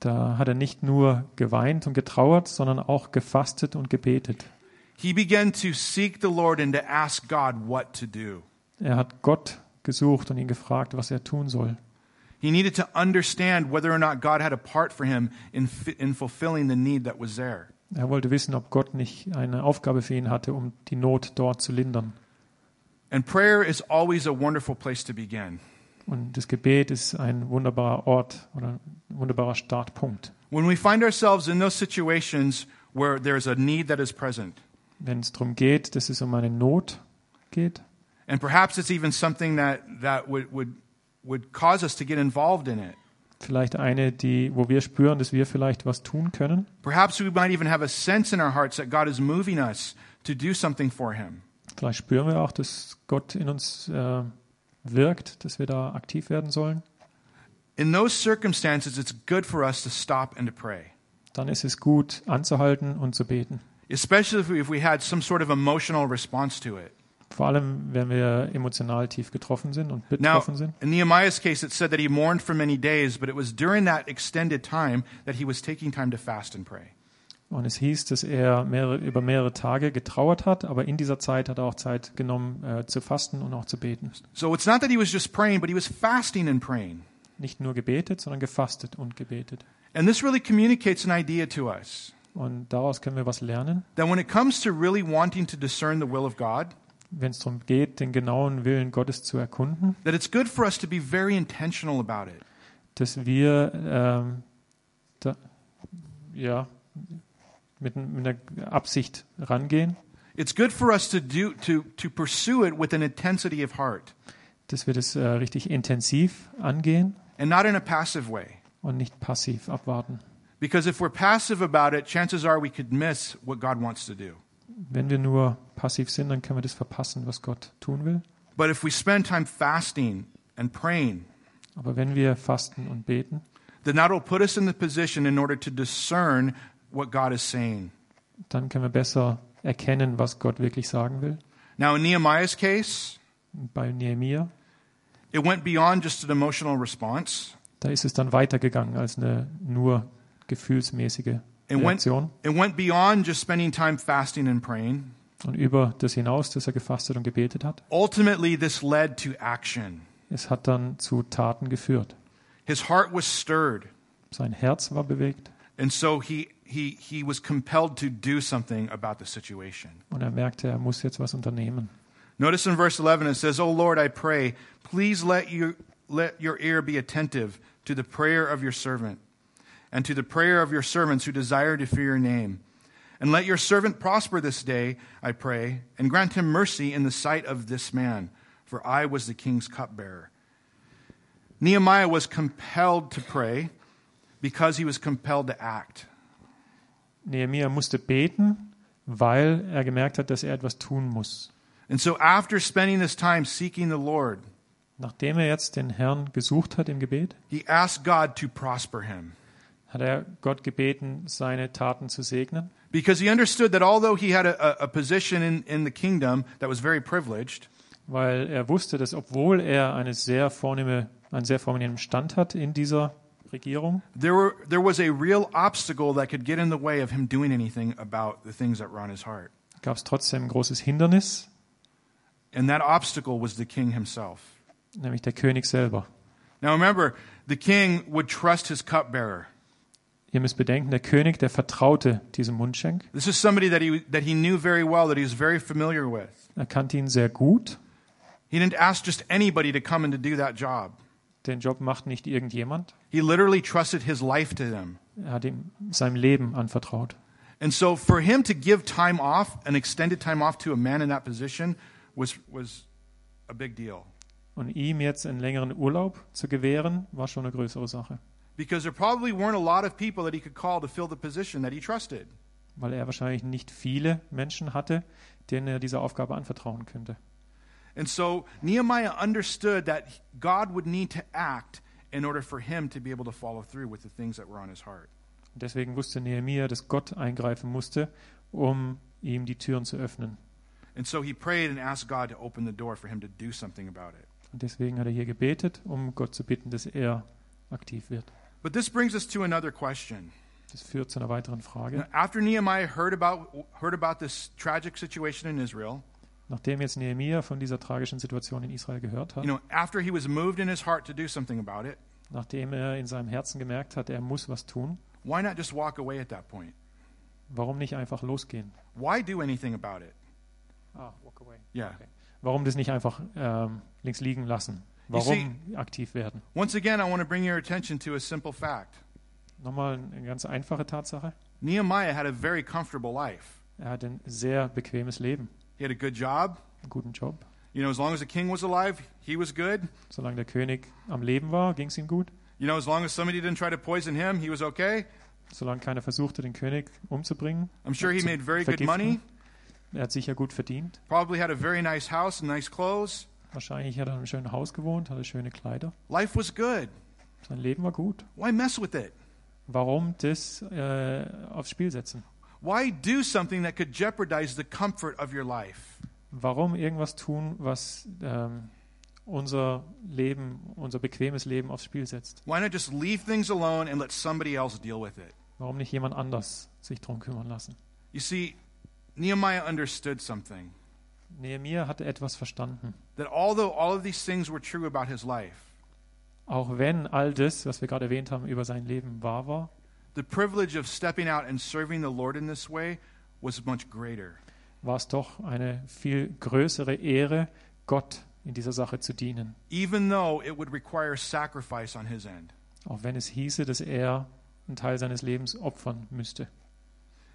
Speaker 2: da hat er nicht nur geweint und getrauert, sondern auch gefastet und gebetet.
Speaker 1: He began to seek the Lord and to ask God what to do.
Speaker 2: Er hat Gott gesucht und ihn gefragt, was er tun soll.
Speaker 1: He needed to understand whether or not God had a part for him in, fi- in fulfilling the need that was there.
Speaker 2: Er wollte wissen, ob Gott nicht eine Aufgabe für ihn hatte, um die Not dort zu lindern.
Speaker 1: And prayer is always a wonderful place to begin.
Speaker 2: Und das Gebet ist ein wunderbarer Ort oder ein wunderbarer Startpunkt.
Speaker 1: When we find ourselves in those situations where there's a need that is present,
Speaker 2: Wenn es darum geht, dass es um eine Not geht
Speaker 1: and perhaps it's even something that, that would, would, would cause us to get involved in it.
Speaker 2: vielleicht eine, die, wo wir spüren, dass wir vielleicht was tun können.
Speaker 1: Perhaps we might even have a sense in our hearts that God is moving us to do something for Him.
Speaker 2: Vielleicht spüren wir auch, dass Gott in uns äh, wirkt, dass wir da aktiv werden sollen.
Speaker 1: In those circumstances, it's good for us to stop and to pray,
Speaker 2: Dann ist es gut, anzuhalten und zu beten.
Speaker 1: especially if we, if we had some sort of emotional response to it.
Speaker 2: Vor allem, wenn wir emotional tief getroffen sind und
Speaker 1: Now,
Speaker 2: betroffen sind.
Speaker 1: in Nehemiah's case, it said that he mourned for many days, but it was during that extended time that he was taking time to fast and pray.
Speaker 2: Und es hieß, dass er mehrere, über mehrere Tage getrauert hat, aber in dieser Zeit hat er auch Zeit genommen, äh, zu fasten und auch zu beten.
Speaker 1: So it's not that he was just praying, but he was fasting and praying.
Speaker 2: Nicht nur gebetet, sondern gefastet und gebetet.
Speaker 1: And this really communicates an idea to us
Speaker 2: Und daraus können wir was lernen,
Speaker 1: that when it comes to really wanting to discern the will of God,
Speaker 2: wenn es darum geht, den genauen Willen Gottes zu erkunden,
Speaker 1: that it's good for us to be very intentional about it.
Speaker 2: dass wir ähm, da, ja, mit, mit einer Absicht rangehen,
Speaker 1: It's good for us to do to to pursue it with an intensity of heart
Speaker 2: dass wir das äh, richtig intensiv angehen
Speaker 1: and not in a passive way.
Speaker 2: und nicht passiv abwarten.
Speaker 1: Because if we're passive about it, chances are we could miss what God wants to do.
Speaker 2: Wenn wir nur passiv sind, dann können wir das verpassen, was Gott tun will.
Speaker 1: But if we spend time fasting and praying,
Speaker 2: Aber wenn wir fasten und beten,
Speaker 1: then that'll put us in the position in order to discern what God is saying.
Speaker 2: dann können wir besser erkennen, was Gott wirklich sagen will.
Speaker 1: Now in Nehemiah's case,
Speaker 2: Bei Nehemia,
Speaker 1: it went beyond just an emotional response.
Speaker 2: da ist es dann weitergegangen als eine nur gefühlsmäßige
Speaker 1: It went,
Speaker 2: Reaktion.
Speaker 1: it went beyond just spending time fasting and praying.
Speaker 2: Und über das hinaus, dass er gefastet und gebetet hat,
Speaker 1: Ultimately, this led to action.
Speaker 2: es hat dann zu Taten geführt.
Speaker 1: His heart was stirred,
Speaker 2: Sein Herz war bewegt
Speaker 1: and so he, he, he was compelled to do something about the situation.
Speaker 2: und er merkte, er muss jetzt was unternehmen.
Speaker 1: Notice in verse 11 it says, O Lord, I pray, please let, you, let your ear be attentive to the prayer of your servant and to the prayer of your servants who desire to fear your name. And let your servant prosper this day, I pray, and grant him mercy in the sight of this man, for I was the king's cupbearer. Nehemiah was compelled to pray because he was compelled to act.
Speaker 2: Nehemia musste beten, weil er gemerkt hat, dass er etwas tun muss.
Speaker 1: And so after spending this time seeking the Lord,
Speaker 2: Nachdem er jetzt den Herrn gesucht hat im Gebet,
Speaker 1: he asked God to prosper him.
Speaker 2: hat er Gott gebeten, seine Taten zu segnen,
Speaker 1: Because he understood that although he had a, a, a position in, in the kingdom that was very privileged,
Speaker 2: weil er wusste, dass obwohl er eine sehr vornehme, einen sehr vornehmen Stand hat in dieser Regierung,
Speaker 1: there, were, there was a real obstacle that could get in the way of him doing anything about the things that were on his heart.
Speaker 2: gab es trotzdem ein großes Hindernis,
Speaker 1: And that obstacle was the king himself.
Speaker 2: nämlich der König selber.
Speaker 1: Now remember, the king would trust his cupbearer.
Speaker 2: Ihr müsst bedenken, der König, der vertraute diesem Mundschenk,
Speaker 1: This is somebody that he, that he knew very well, that he was very familiar with.
Speaker 2: er kannte ihn sehr gut.
Speaker 1: He didn't ask just anybody to come and to do that job.
Speaker 2: Den Job macht nicht irgendjemand.
Speaker 1: He literally trusted his life to them.
Speaker 2: Er hat ihm sein Leben anvertraut.
Speaker 1: And so for him to give time off, an extended time off to a man in that position was was a big deal.
Speaker 2: Und ihm jetzt einen längeren Urlaub zu gewähren, war schon eine größere Sache,
Speaker 1: Because there probably weren't a lot of people that he could call to fill the position that he trusted.
Speaker 2: weil er wahrscheinlich nicht viele Menschen hatte, denen er diese Aufgabe anvertrauen könnte.
Speaker 1: And so Nehemiah understood that God would need to act in order for him to be able to follow through with the things that were on his heart.
Speaker 2: Und deswegen wusste Nehemia, dass Gott eingreifen musste, um ihm die Türen zu öffnen.
Speaker 1: And so he prayed and asked God to open the door for him to do something about it.
Speaker 2: Und deswegen hat er hier gebetet, um Gott zu bitten, dass er aktiv wird.
Speaker 1: But this brings us to another question.
Speaker 2: Das führt zu einer weiteren Frage.
Speaker 1: Now, after Nehemiah heard about heard about this tragic situation in Israel,
Speaker 2: Nachdem jetzt Nehemia von dieser tragischen Situation in Israel gehört hat,
Speaker 1: you know, after he was moved in his heart to do something about it,
Speaker 2: nachdem er in seinem Herzen gemerkt hat, er muss was tun,
Speaker 1: why not just walk away at that point?
Speaker 2: warum nicht einfach losgehen?
Speaker 1: Why do anything about it?
Speaker 2: Ah, walk away.
Speaker 1: Yeah.
Speaker 2: Warum das nicht einfach ähm, links liegen lassen?
Speaker 1: You
Speaker 2: Warum aktiv werden?
Speaker 1: Once again, I want to bring your attention to a simple fact.
Speaker 2: Nochmal eine ganz einfache Tatsache.
Speaker 1: Nehemiah had a very comfortable life.
Speaker 2: Er hat ein sehr bequemes Leben,
Speaker 1: He had a good job.
Speaker 2: einen guten Job.
Speaker 1: You know, as long as the king was alive, he was good.
Speaker 2: Solange der König am Leben war, ging es ihm gut.
Speaker 1: You know, as long as somebody didn't try to poison him, he was okay.
Speaker 2: Solange keiner versuchte, den König umzubringen.
Speaker 1: I'm sure he
Speaker 2: Zu
Speaker 1: made very good
Speaker 2: vergiften.
Speaker 1: money.
Speaker 2: Er hat sicher gut verdient.
Speaker 1: probably had a very nice house and nice clothes.
Speaker 2: Wahrscheinlich hat er in einem schönen Haus gewohnt, hatte schöne Kleider.
Speaker 1: Life was good.
Speaker 2: Sein Leben war gut.
Speaker 1: Why mess with it?
Speaker 2: Warum das äh, aufs Spiel setzen?
Speaker 1: Why do something that could jeopardize the comfort of your life?
Speaker 2: Warum irgendwas tun, was ähm, unser Leben, unser bequemes Leben aufs Spiel setzt?
Speaker 1: Why not just leave things alone and let somebody else deal with it?
Speaker 2: Warum nicht jemand anders sich drum kümmern lassen?
Speaker 1: You see, Nehemiah understood something
Speaker 2: Nehemiah hatte etwas verstanden.
Speaker 1: that although all of these things were true about his life,
Speaker 2: Auch wenn all das, was wir gerade erwähnt haben, über sein Leben wahr war,
Speaker 1: the privilege of stepping out and serving the Lord in this way was much greater.
Speaker 2: war es doch eine viel größere Ehre, Gott in dieser Sache zu dienen.
Speaker 1: even though it would require sacrifice on his end.
Speaker 2: Auch wenn es hieße, dass er einen Teil seines Lebens opfern müsste.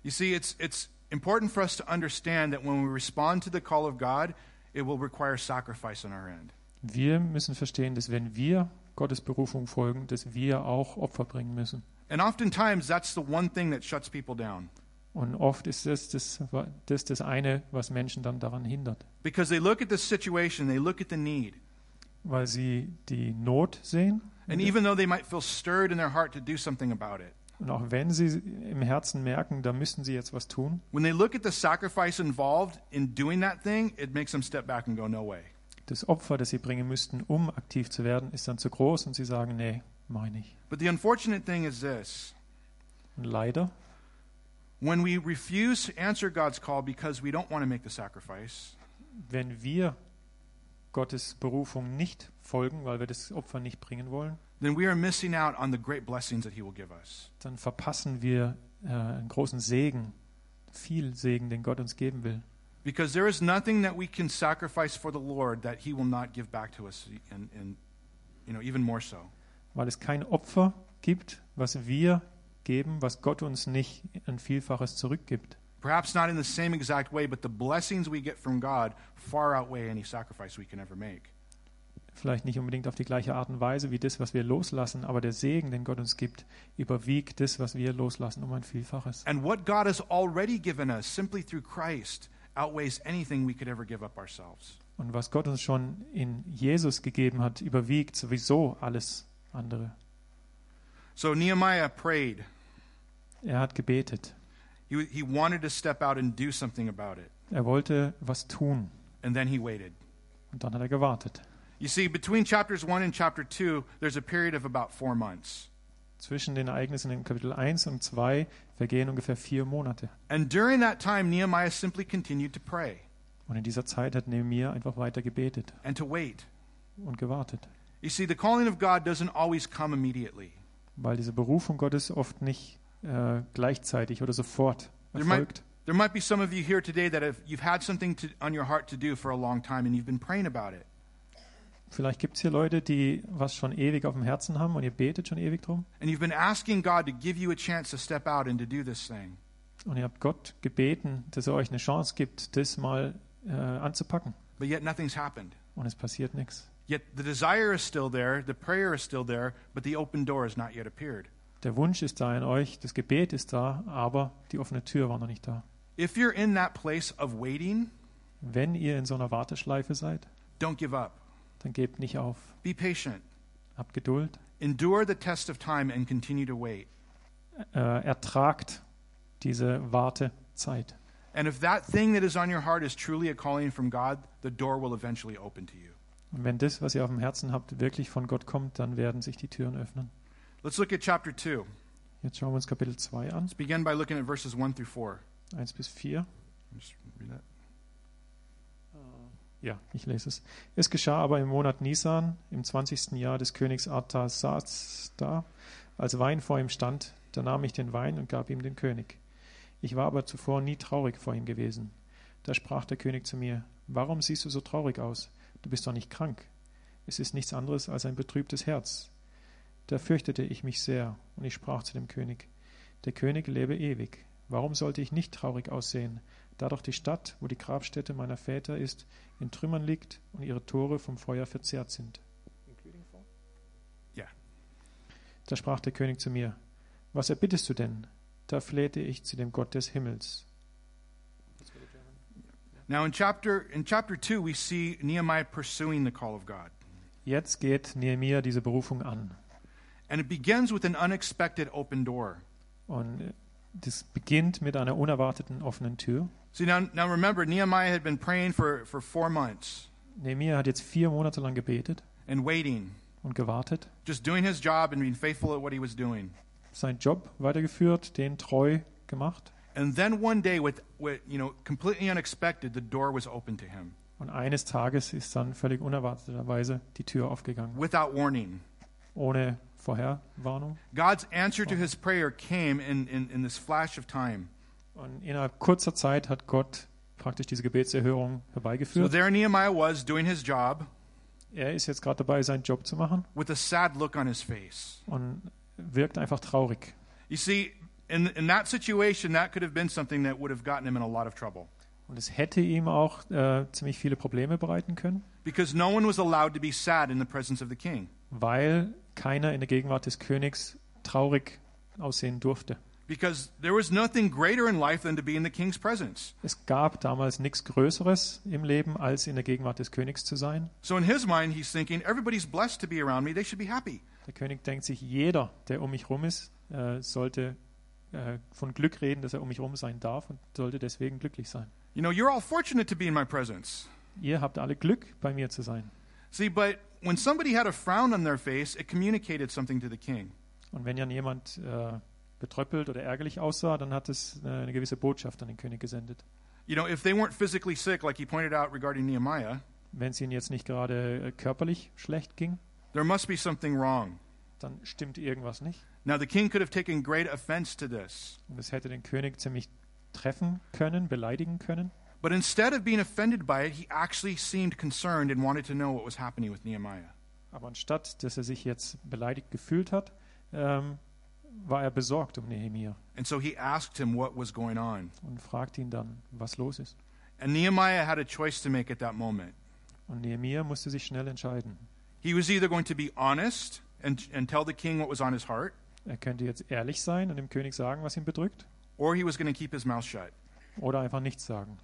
Speaker 1: You see, it's, it's important for us to understand that when we respond to the call of God, it will require sacrifice on our end.
Speaker 2: Wir müssen verstehen, dass wenn wir Gottes Berufung folgen, dass wir auch Opfer bringen müssen.
Speaker 1: And oftentimes, that's the one thing that shuts people down
Speaker 2: Und oft ist das das, das das eine, was Menschen dann daran hindert,
Speaker 1: because they look at the situation, they look at the need,
Speaker 2: weil sie die Not sehen.
Speaker 1: and even though they might feel stirred in their heart to do something about it,
Speaker 2: Und auch wenn sie im Herzen merken, da müssen sie jetzt was tun,
Speaker 1: when they look at the sacrifice involved in doing that thing, it makes them step back and go, no way.
Speaker 2: das Opfer, das sie bringen müssten, um aktiv zu werden, ist dann zu groß und sie sagen, nee, meine ich.
Speaker 1: But the unfortunate thing is this
Speaker 2: Und leider,
Speaker 1: when we refuse to answer God's call because we don't want to make the sacrifice,
Speaker 2: wenn wir Gottes Berufung nicht folgen, weil wir das Opfer nicht bringen wollen,
Speaker 1: then we are missing out on the great blessings that He will give us.
Speaker 2: dann verpassen wir äh, einen großen Segen, viel Segen, den Gott uns geben will.
Speaker 1: Because there is nothing that we can sacrifice for the Lord that He will not give back to us, and, and you know, even more so.
Speaker 2: Weil es kein Opfer gibt, was wir geben, was Gott uns nicht ein Vielfaches zurückgibt.
Speaker 1: Perhaps not in the same exact way, but the blessings we get from God far outweigh any sacrifice we can ever make.
Speaker 2: Vielleicht nicht unbedingt auf die gleiche Art und Weise wie das, was wir loslassen, aber der Segen, den Gott uns gibt, überwiegt das, was wir loslassen, um ein Vielfaches.
Speaker 1: And what God has already given us simply through Christ outweighs anything we could ever give up ourselves.
Speaker 2: Und was Gott uns schon in Jesus gegeben hat, überwiegt sowieso alles andere.
Speaker 1: So Nehemiah prayed.
Speaker 2: Er hat gebetet.
Speaker 1: He, he wanted to step out and do something about it.
Speaker 2: Er wollte was tun.
Speaker 1: And then he waited.
Speaker 2: Und dann hat er gewartet.
Speaker 1: You see, between chapters 1 and chapter 2, there's a period of about four months.
Speaker 2: Zwischen den Ereignissen in Kapitel 1 und 2 vergehen ungefähr vier Monate.
Speaker 1: And during that time, Nehemiah simply continued to pray
Speaker 2: Und in dieser Zeit hat Nehemiah einfach weiter gebetet
Speaker 1: and to wait.
Speaker 2: und gewartet,
Speaker 1: You see, the calling of God doesn't always come immediately.
Speaker 2: weil diese Berufung Gottes oft nicht äh, gleichzeitig oder sofort
Speaker 1: There might,
Speaker 2: erfolgt.
Speaker 1: there might be some of you here today that have, you've had something to, on your heart to do for a long time and you've been praying about it.
Speaker 2: Vielleicht gibt es hier Leute, die was schon ewig auf dem Herzen haben und ihr betet schon ewig drum.
Speaker 1: And you've been asking God to give you a chance to step out and to do this thing.
Speaker 2: Und ihr habt Gott gebeten, dass er euch eine Chance gibt, das mal äh, anzupacken.
Speaker 1: But yet nothing's happened.
Speaker 2: Und es passiert nichts.
Speaker 1: Yet the desire is still there, the prayer is still there, but the open door has not yet appeared.
Speaker 2: Der Wunsch ist da in euch, das Gebet ist da, aber die offene Tür war noch nicht da.
Speaker 1: If you're in that place of waiting,
Speaker 2: Wenn ihr in so einer Warteschleife seid,
Speaker 1: don't give up.
Speaker 2: dann gebt nicht auf.
Speaker 1: Be patient.
Speaker 2: Habt Geduld.
Speaker 1: Endure the test of time and continue to wait.
Speaker 2: äh, ertragt diese Wartezeit.
Speaker 1: And if that thing that is on your heart is truly a calling from God, the door will eventually open to you.
Speaker 2: Und wenn das, was ihr auf dem Herzen habt, wirklich von Gott kommt, dann werden sich die Türen öffnen.
Speaker 1: Let's look at chapter 2.
Speaker 2: Jetzt schauen wir uns Kapitel 2 an,
Speaker 1: Let's begin by looking at verses 1 through 4.
Speaker 2: 1 bis 4.
Speaker 1: Just read that.
Speaker 2: Ja, ich lese es. Es geschah aber im Monat Nisan, im 20. Jahr des Königs Artasasta, als Wein vor ihm stand, da nahm ich den Wein und gab ihm den König. Ich war aber zuvor nie traurig vor ihm gewesen. Da sprach der König zu mir, Warum siehst du so traurig aus? Du bist doch nicht krank. Es ist nichts anderes als ein betrübtes Herz. Da fürchtete ich mich sehr, und ich sprach zu dem König, Der König lebe ewig. Warum sollte ich nicht traurig aussehen, da doch die Stadt, wo die Grabstätte meiner Väter ist, in Trümmern liegt und ihre Tore vom Feuer verzehrt sind.
Speaker 1: Ja.
Speaker 2: Da sprach der König zu mir, was erbittest du denn? Da flehte ich zu dem Gott des Himmels.
Speaker 1: Now in chapter in chapter 2 we see Nehemiah pursuing the call of God.
Speaker 2: Jetzt geht Nehemia diese Berufung an.
Speaker 1: And it begins with an unexpected open door.
Speaker 2: Und äh, das beginnt mit einer unerwarteten offenen Tür.
Speaker 1: See now now remember Nehemiah had been praying for for 4 months
Speaker 2: Nehemia hat jetzt vier Monate lang gebetet
Speaker 1: and waiting,
Speaker 2: und gewartet,
Speaker 1: just doing his job and being faithful at what he was doing.
Speaker 2: seinen Job weitergeführt, den treu gemacht.
Speaker 1: And then one day with, with you know completely unexpected the door was opened to him
Speaker 2: Und eines Tages ist dann völlig unerwarteterweise die Tür aufgegangen,
Speaker 1: without warning.
Speaker 2: ohne Vorherwarnung.
Speaker 1: God's answer to his prayer came in, in, in this flash of time.
Speaker 2: Und innerhalb kurzer Zeit hat Gott praktisch diese Gebetserhörung
Speaker 1: So
Speaker 2: herbeigeführt.
Speaker 1: there Nehemiah was doing his job
Speaker 2: Er ist jetzt gerade dabei, seinen Job zu machen
Speaker 1: with a sad look on his face.
Speaker 2: und wirkt einfach traurig.
Speaker 1: You see, in, in that situation, that could have been something that would have gotten him in a lot of trouble
Speaker 2: Und es hätte ihm auch äh, ziemlich viele Probleme bereiten können,
Speaker 1: because no one was allowed to be sad in the presence of the king.
Speaker 2: weil keiner in der Gegenwart des Königs traurig aussehen durfte.
Speaker 1: Because there was nothing greater in life than to be in the king's presence.
Speaker 2: Es gab damals nichts Größeres im Leben, als in der Gegenwart des Königs zu sein.
Speaker 1: So in his mind, he's thinking, everybody's blessed to be around me. They should be happy.
Speaker 2: Der König denkt sich, jeder, der um mich rum ist, äh, sollte äh, von Glück reden, dass er um mich rum sein darf und sollte deswegen glücklich sein.
Speaker 1: You know, you're all fortunate to be in my presence.
Speaker 2: Ihr habt alle Glück, bei mir zu sein.
Speaker 1: See, but when somebody had a frown on their face, it communicated something to the king.
Speaker 2: Und wenn dann jemand äh, betröppelt oder ärgerlich aussah, dann hat es äh, eine gewisse Botschaft an den König gesendet.
Speaker 1: You know, if they weren't physically sick, like he pointed out regarding Nehemiah,
Speaker 2: Wenn es ihnen jetzt nicht gerade äh, körperlich schlecht ging,
Speaker 1: there must be something wrong.
Speaker 2: dann stimmt irgendwas nicht.
Speaker 1: Now, the king could have taken great offense to this.
Speaker 2: Und es hätte den König ziemlich treffen können, beleidigen können.
Speaker 1: But instead of being offended by it, he actually seemed concerned and wanted to know what was happening with Nehemiah.
Speaker 2: Aber anstatt, dass er sich jetzt beleidigt gefühlt hat, ähm, war er besorgt um Nehemia
Speaker 1: And so he asked him what was going on.
Speaker 2: und fragte ihn dann, was los ist.
Speaker 1: And Nehemiah had a choice to make at that moment.
Speaker 2: Und Nehemia musste sich schnell entscheiden.
Speaker 1: He was either going to be honest and, and tell the king what was on his heart,
Speaker 2: Er könnte jetzt ehrlich sein und dem König sagen, was ihn bedrückt,
Speaker 1: or he was going to keep his mouth shut
Speaker 2: oder einfach nichts sagen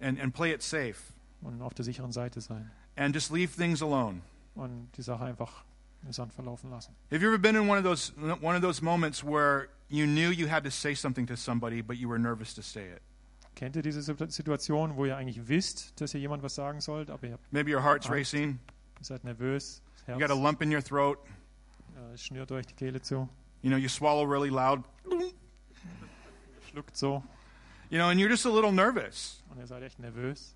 Speaker 1: and, and play it safe
Speaker 2: und auf der sicheren Seite sein
Speaker 1: and just leave things alone.
Speaker 2: und die Sache einfach im Sand verlaufen lassen.
Speaker 1: Have you ever been in one of those one of those moments where you knew you had to say something to somebody, but you were nervous to say it?
Speaker 2: Kennt ihr diese Situ- Situation, wo ihr eigentlich wisst, dass ihr jemand was sagen sollt, aber ihr
Speaker 1: Maybe your heart's
Speaker 2: Angst.
Speaker 1: racing,
Speaker 2: seid nervös,
Speaker 1: you
Speaker 2: das
Speaker 1: got a
Speaker 2: Herz
Speaker 1: lump in your throat,
Speaker 2: äh, schnürt euch die Kehle zu,
Speaker 1: you know, you swallow really loud,
Speaker 2: schluckt so
Speaker 1: you know, and you're just a little nervous.
Speaker 2: und ihr seid echt nervös.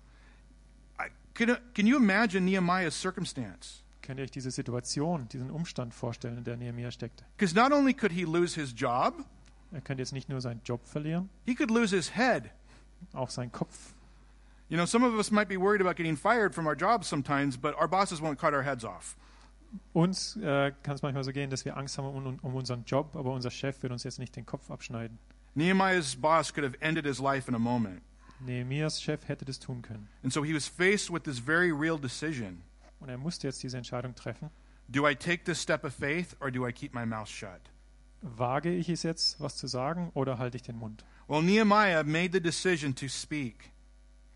Speaker 1: I, can, can you imagine Nehemiah's circumstance?
Speaker 2: Könnt ihr euch diese Situation, diesen Umstand vorstellen, in der Nehemiah steckte?
Speaker 1: Because not only could he lose his job,
Speaker 2: Er könnte jetzt nicht nur seinen Job verlieren,
Speaker 1: he could lose his head.
Speaker 2: auch seinen Kopf.
Speaker 1: You know, some of us might be worried about getting fired from our jobs sometimes, but our bosses won't cut our heads off.
Speaker 2: Uns äh, kann es manchmal so gehen, dass wir Angst haben um, um unseren Job, aber unser Chef wird uns jetzt nicht den Kopf abschneiden.
Speaker 1: Nehemiah's boss could have ended his life in a moment.
Speaker 2: Nehemias Chef hätte das tun können.
Speaker 1: And so he was faced with this very real decision.
Speaker 2: Und er musste jetzt diese Entscheidung treffen.
Speaker 1: Do I take this step of faith or do I keep my mouth shut?
Speaker 2: Wage ich es jetzt, was zu sagen, oder halte ich den Mund?
Speaker 1: Well, Nehemiah made the decision to speak.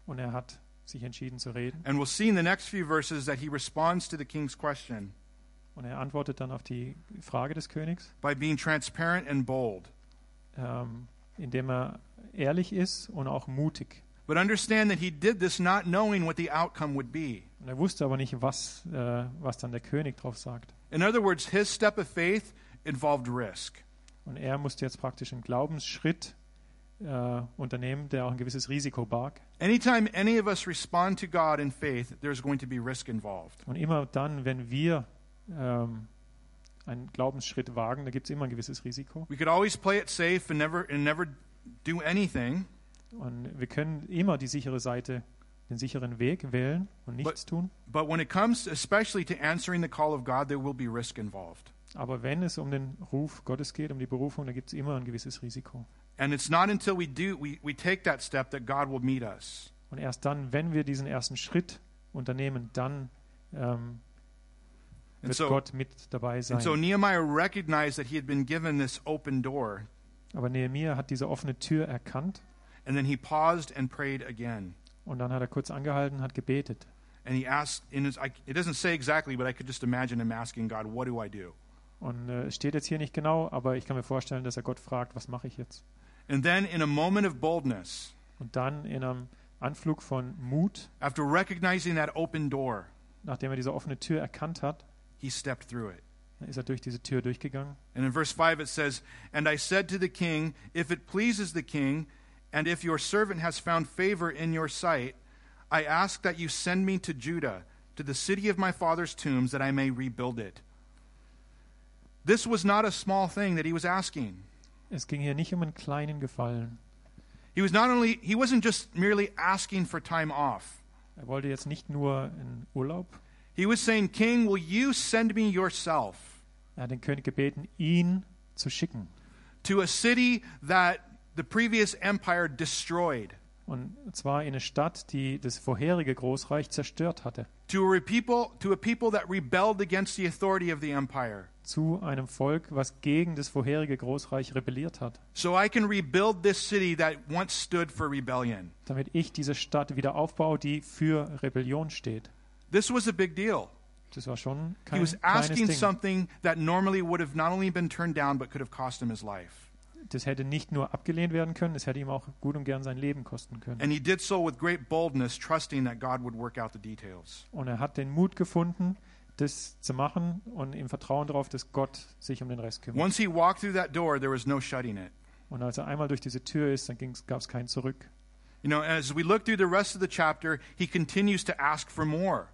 Speaker 2: Und er hat sich entschieden zu reden.
Speaker 1: And we'll see in the next few verses that he responds to the king's question
Speaker 2: Und er antwortet dann auf die Frage des Königs,
Speaker 1: by being transparent and bold.
Speaker 2: ähm, indem er ehrlich ist und auch mutig.
Speaker 1: But understand that he did this not knowing what the outcome would be.
Speaker 2: Und er wusste aber nicht, was, äh, was dann der König drauf sagt.
Speaker 1: In other words, his step of faith involved risk.
Speaker 2: Und er musste jetzt praktisch einen Glaubensschritt äh, unternehmen, der auch ein gewisses Risiko barg.
Speaker 1: Anytime any of us respond to God in faith, there's going to be risk involved.
Speaker 2: Und immer dann, wenn wir ähm, einen Glaubensschritt wagen, da gibt es immer ein gewisses Risiko.
Speaker 1: We could always play it safe and never and never do anything,
Speaker 2: Und wir können immer die sichere Seite, den sicheren Weg wählen und nichts tun.
Speaker 1: But when it comes, especially to answering the call of God, there will be risk involved.
Speaker 2: Aber wenn es um den Ruf Gottes geht, um die Berufung, da gibt es immer ein gewisses Risiko.
Speaker 1: And it's not until we do, we, we take that step that God will meet us.
Speaker 2: Und erst dann, wenn wir diesen ersten Schritt unternehmen, dann ähm,
Speaker 1: And
Speaker 2: wird
Speaker 1: so,
Speaker 2: Gott mit dabei sein.
Speaker 1: and so Nehemiah recognized that he had been given this open door,
Speaker 2: Aber Nehemiah hat diese offene Tür erkannt
Speaker 1: And then he paused and prayed again.
Speaker 2: Und dann hat er kurz angehalten, hat gebetet.
Speaker 1: And he asked, in his, I, it doesn't say exactly, but I could just imagine him asking God, What do I do?
Speaker 2: Und äh, es steht jetzt hier nicht genau, aber ich kann mir vorstellen, dass er Gott fragt, was mache ich jetzt?
Speaker 1: And then, in a moment of boldness,
Speaker 2: Und dann in einem Anflug von Mut,
Speaker 1: after recognizing that open door,
Speaker 2: nachdem er diese offene Tür erkannt hat,
Speaker 1: he stepped through it.
Speaker 2: ist er durch diese Tür durchgegangen.
Speaker 1: And in verse 5, it says, And I said to the king, If it pleases the king, and if your servant has found favor in your sight, I ask that you send me to Judah, to the city of my father's tombs, that I may rebuild it. This was not a small thing that he was asking.
Speaker 2: Es ging hier nicht um einen kleinen Gefallen.
Speaker 1: He was not only, he wasn't just merely asking for time off.
Speaker 2: Er wollte jetzt nicht nur einen Urlaub.
Speaker 1: He was saying, King, will you send me yourself
Speaker 2: Er hat den König gebeten, ihn zu schicken.
Speaker 1: to a city that the previous empire destroyed?
Speaker 2: Und zwar in eine Stadt, die das vorherige Großreich zerstört hatte.
Speaker 1: to a people to a people that rebelled against the authority of the empire
Speaker 2: Zu einem Volk, was gegen das vorherige Großreich rebelliert hat.
Speaker 1: so i can rebuild this city that once stood for rebellion
Speaker 2: Damit ich diese Stadt wieder aufbaue, die für Rebellion steht.
Speaker 1: this was a big deal
Speaker 2: Das war schon
Speaker 1: he
Speaker 2: kein
Speaker 1: was
Speaker 2: kleines
Speaker 1: asking
Speaker 2: Ding.
Speaker 1: something that normally would have not only been turned down but could have cost him his life
Speaker 2: Das hätte nicht nur abgelehnt werden können, es hätte ihm auch gut und gern sein Leben kosten können.
Speaker 1: and he did so with great boldness trusting that god would work out the details
Speaker 2: Und er hat den Mut gefunden, das zu machen und im Vertrauen darauf, dass Gott sich um den Rest kümmert.
Speaker 1: once he walked through that door there was no shutting it
Speaker 2: Und als er einmal durch diese Tür ist, dann gab es kein Zurück.
Speaker 1: you know as we look through the rest of the chapter he continues to ask for more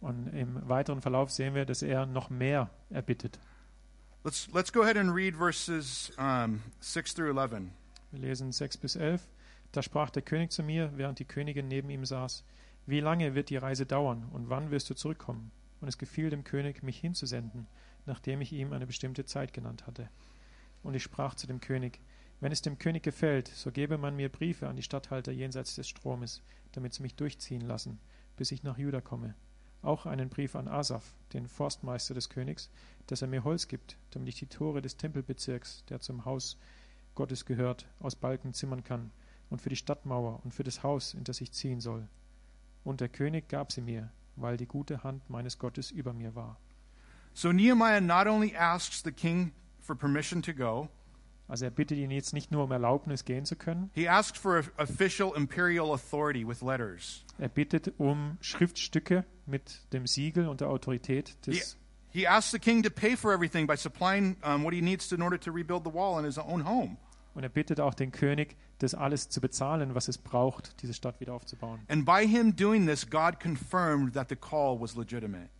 Speaker 2: Und im weiteren Verlauf sehen wir, dass er noch mehr erbittet.
Speaker 1: let's let's go ahead and read verses um, 6 through 11
Speaker 2: Wir lesen 6 bis 11. Da sprach der König zu mir, während die Königin neben ihm saß: Wie lange wird die Reise dauern und wann wirst du zurückkommen? Und es gefiel dem König, mich hinzusenden, nachdem ich ihm eine bestimmte Zeit genannt hatte. Und ich sprach zu dem König: Wenn es dem König gefällt, so gebe man mir Briefe an die Statthalter jenseits des Stromes, damit sie mich durchziehen lassen, bis ich nach Juda komme. Auch einen Brief an Asaf, den Forstmeister des Königs, dass er mir Holz gibt, damit ich die Tore des Tempelbezirks, der zum Haus Gottes gehört, aus Balken zimmern kann, und für die Stadtmauer und für das Haus, in das ich ziehen soll. Und der König gab sie mir, weil die gute Hand meines Gottes über mir war.
Speaker 1: So Nehemiah not only asks the king for permission to go,
Speaker 2: Also er bittet ihn jetzt nicht nur um Erlaubnis gehen zu können,
Speaker 1: he asks for official imperial authority with letters.
Speaker 2: er bittet um Schriftstücke mit dem Siegel und der Autorität
Speaker 1: He,
Speaker 2: des
Speaker 1: he asks the king to pay for everything by supplying um, what he needs to, in order to rebuild the wall in his own home.
Speaker 2: und er bittet auch den König, das alles zu bezahlen, was es braucht, diese Stadt wieder aufzubauen.
Speaker 1: And by him doing this, God confirmed that the call was legitimate.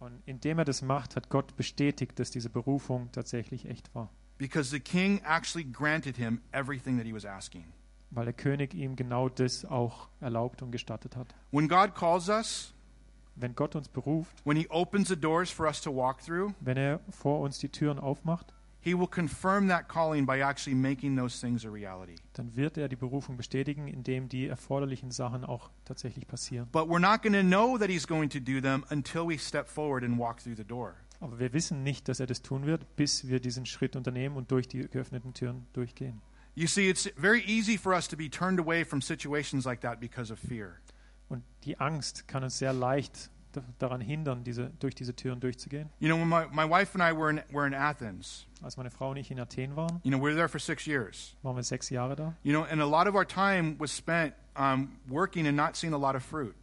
Speaker 2: Und indem er das macht, hat Gott bestätigt, dass diese Berufung tatsächlich echt war,
Speaker 1: Because the king actually granted him everything that he was asking.
Speaker 2: weil der König ihm genau das auch erlaubt und gestattet hat.
Speaker 1: When God calls us,
Speaker 2: Wenn Gott uns beruft,
Speaker 1: when he opens the doors for us to walk through,
Speaker 2: wenn er vor uns die Türen aufmacht,
Speaker 1: he will confirm that calling by actually making those things a reality.
Speaker 2: dann wird er die Berufung bestätigen, indem die erforderlichen Sachen auch tatsächlich passieren.
Speaker 1: But we're not going to know that he's going to do them until we step forward and walk through the door.
Speaker 2: Aber wir wissen nicht, dass er das tun wird, bis wir diesen Schritt unternehmen und durch die geöffneten Türen durchgehen.
Speaker 1: You see, it's very easy for us to be turned away from situations like that because of fear.
Speaker 2: Und die Angst kann uns sehr leicht da- daran hindern, diese, durch diese Türen durchzugehen.
Speaker 1: You know, when my, my wife and I were in, were in Athens,
Speaker 2: Als meine Frau und ich in Athen waren,
Speaker 1: you know, we were there for six years.
Speaker 2: waren wir sechs Jahre da.
Speaker 1: You know, and a lot of our time was spent um, working and not seeing a lot of fruit.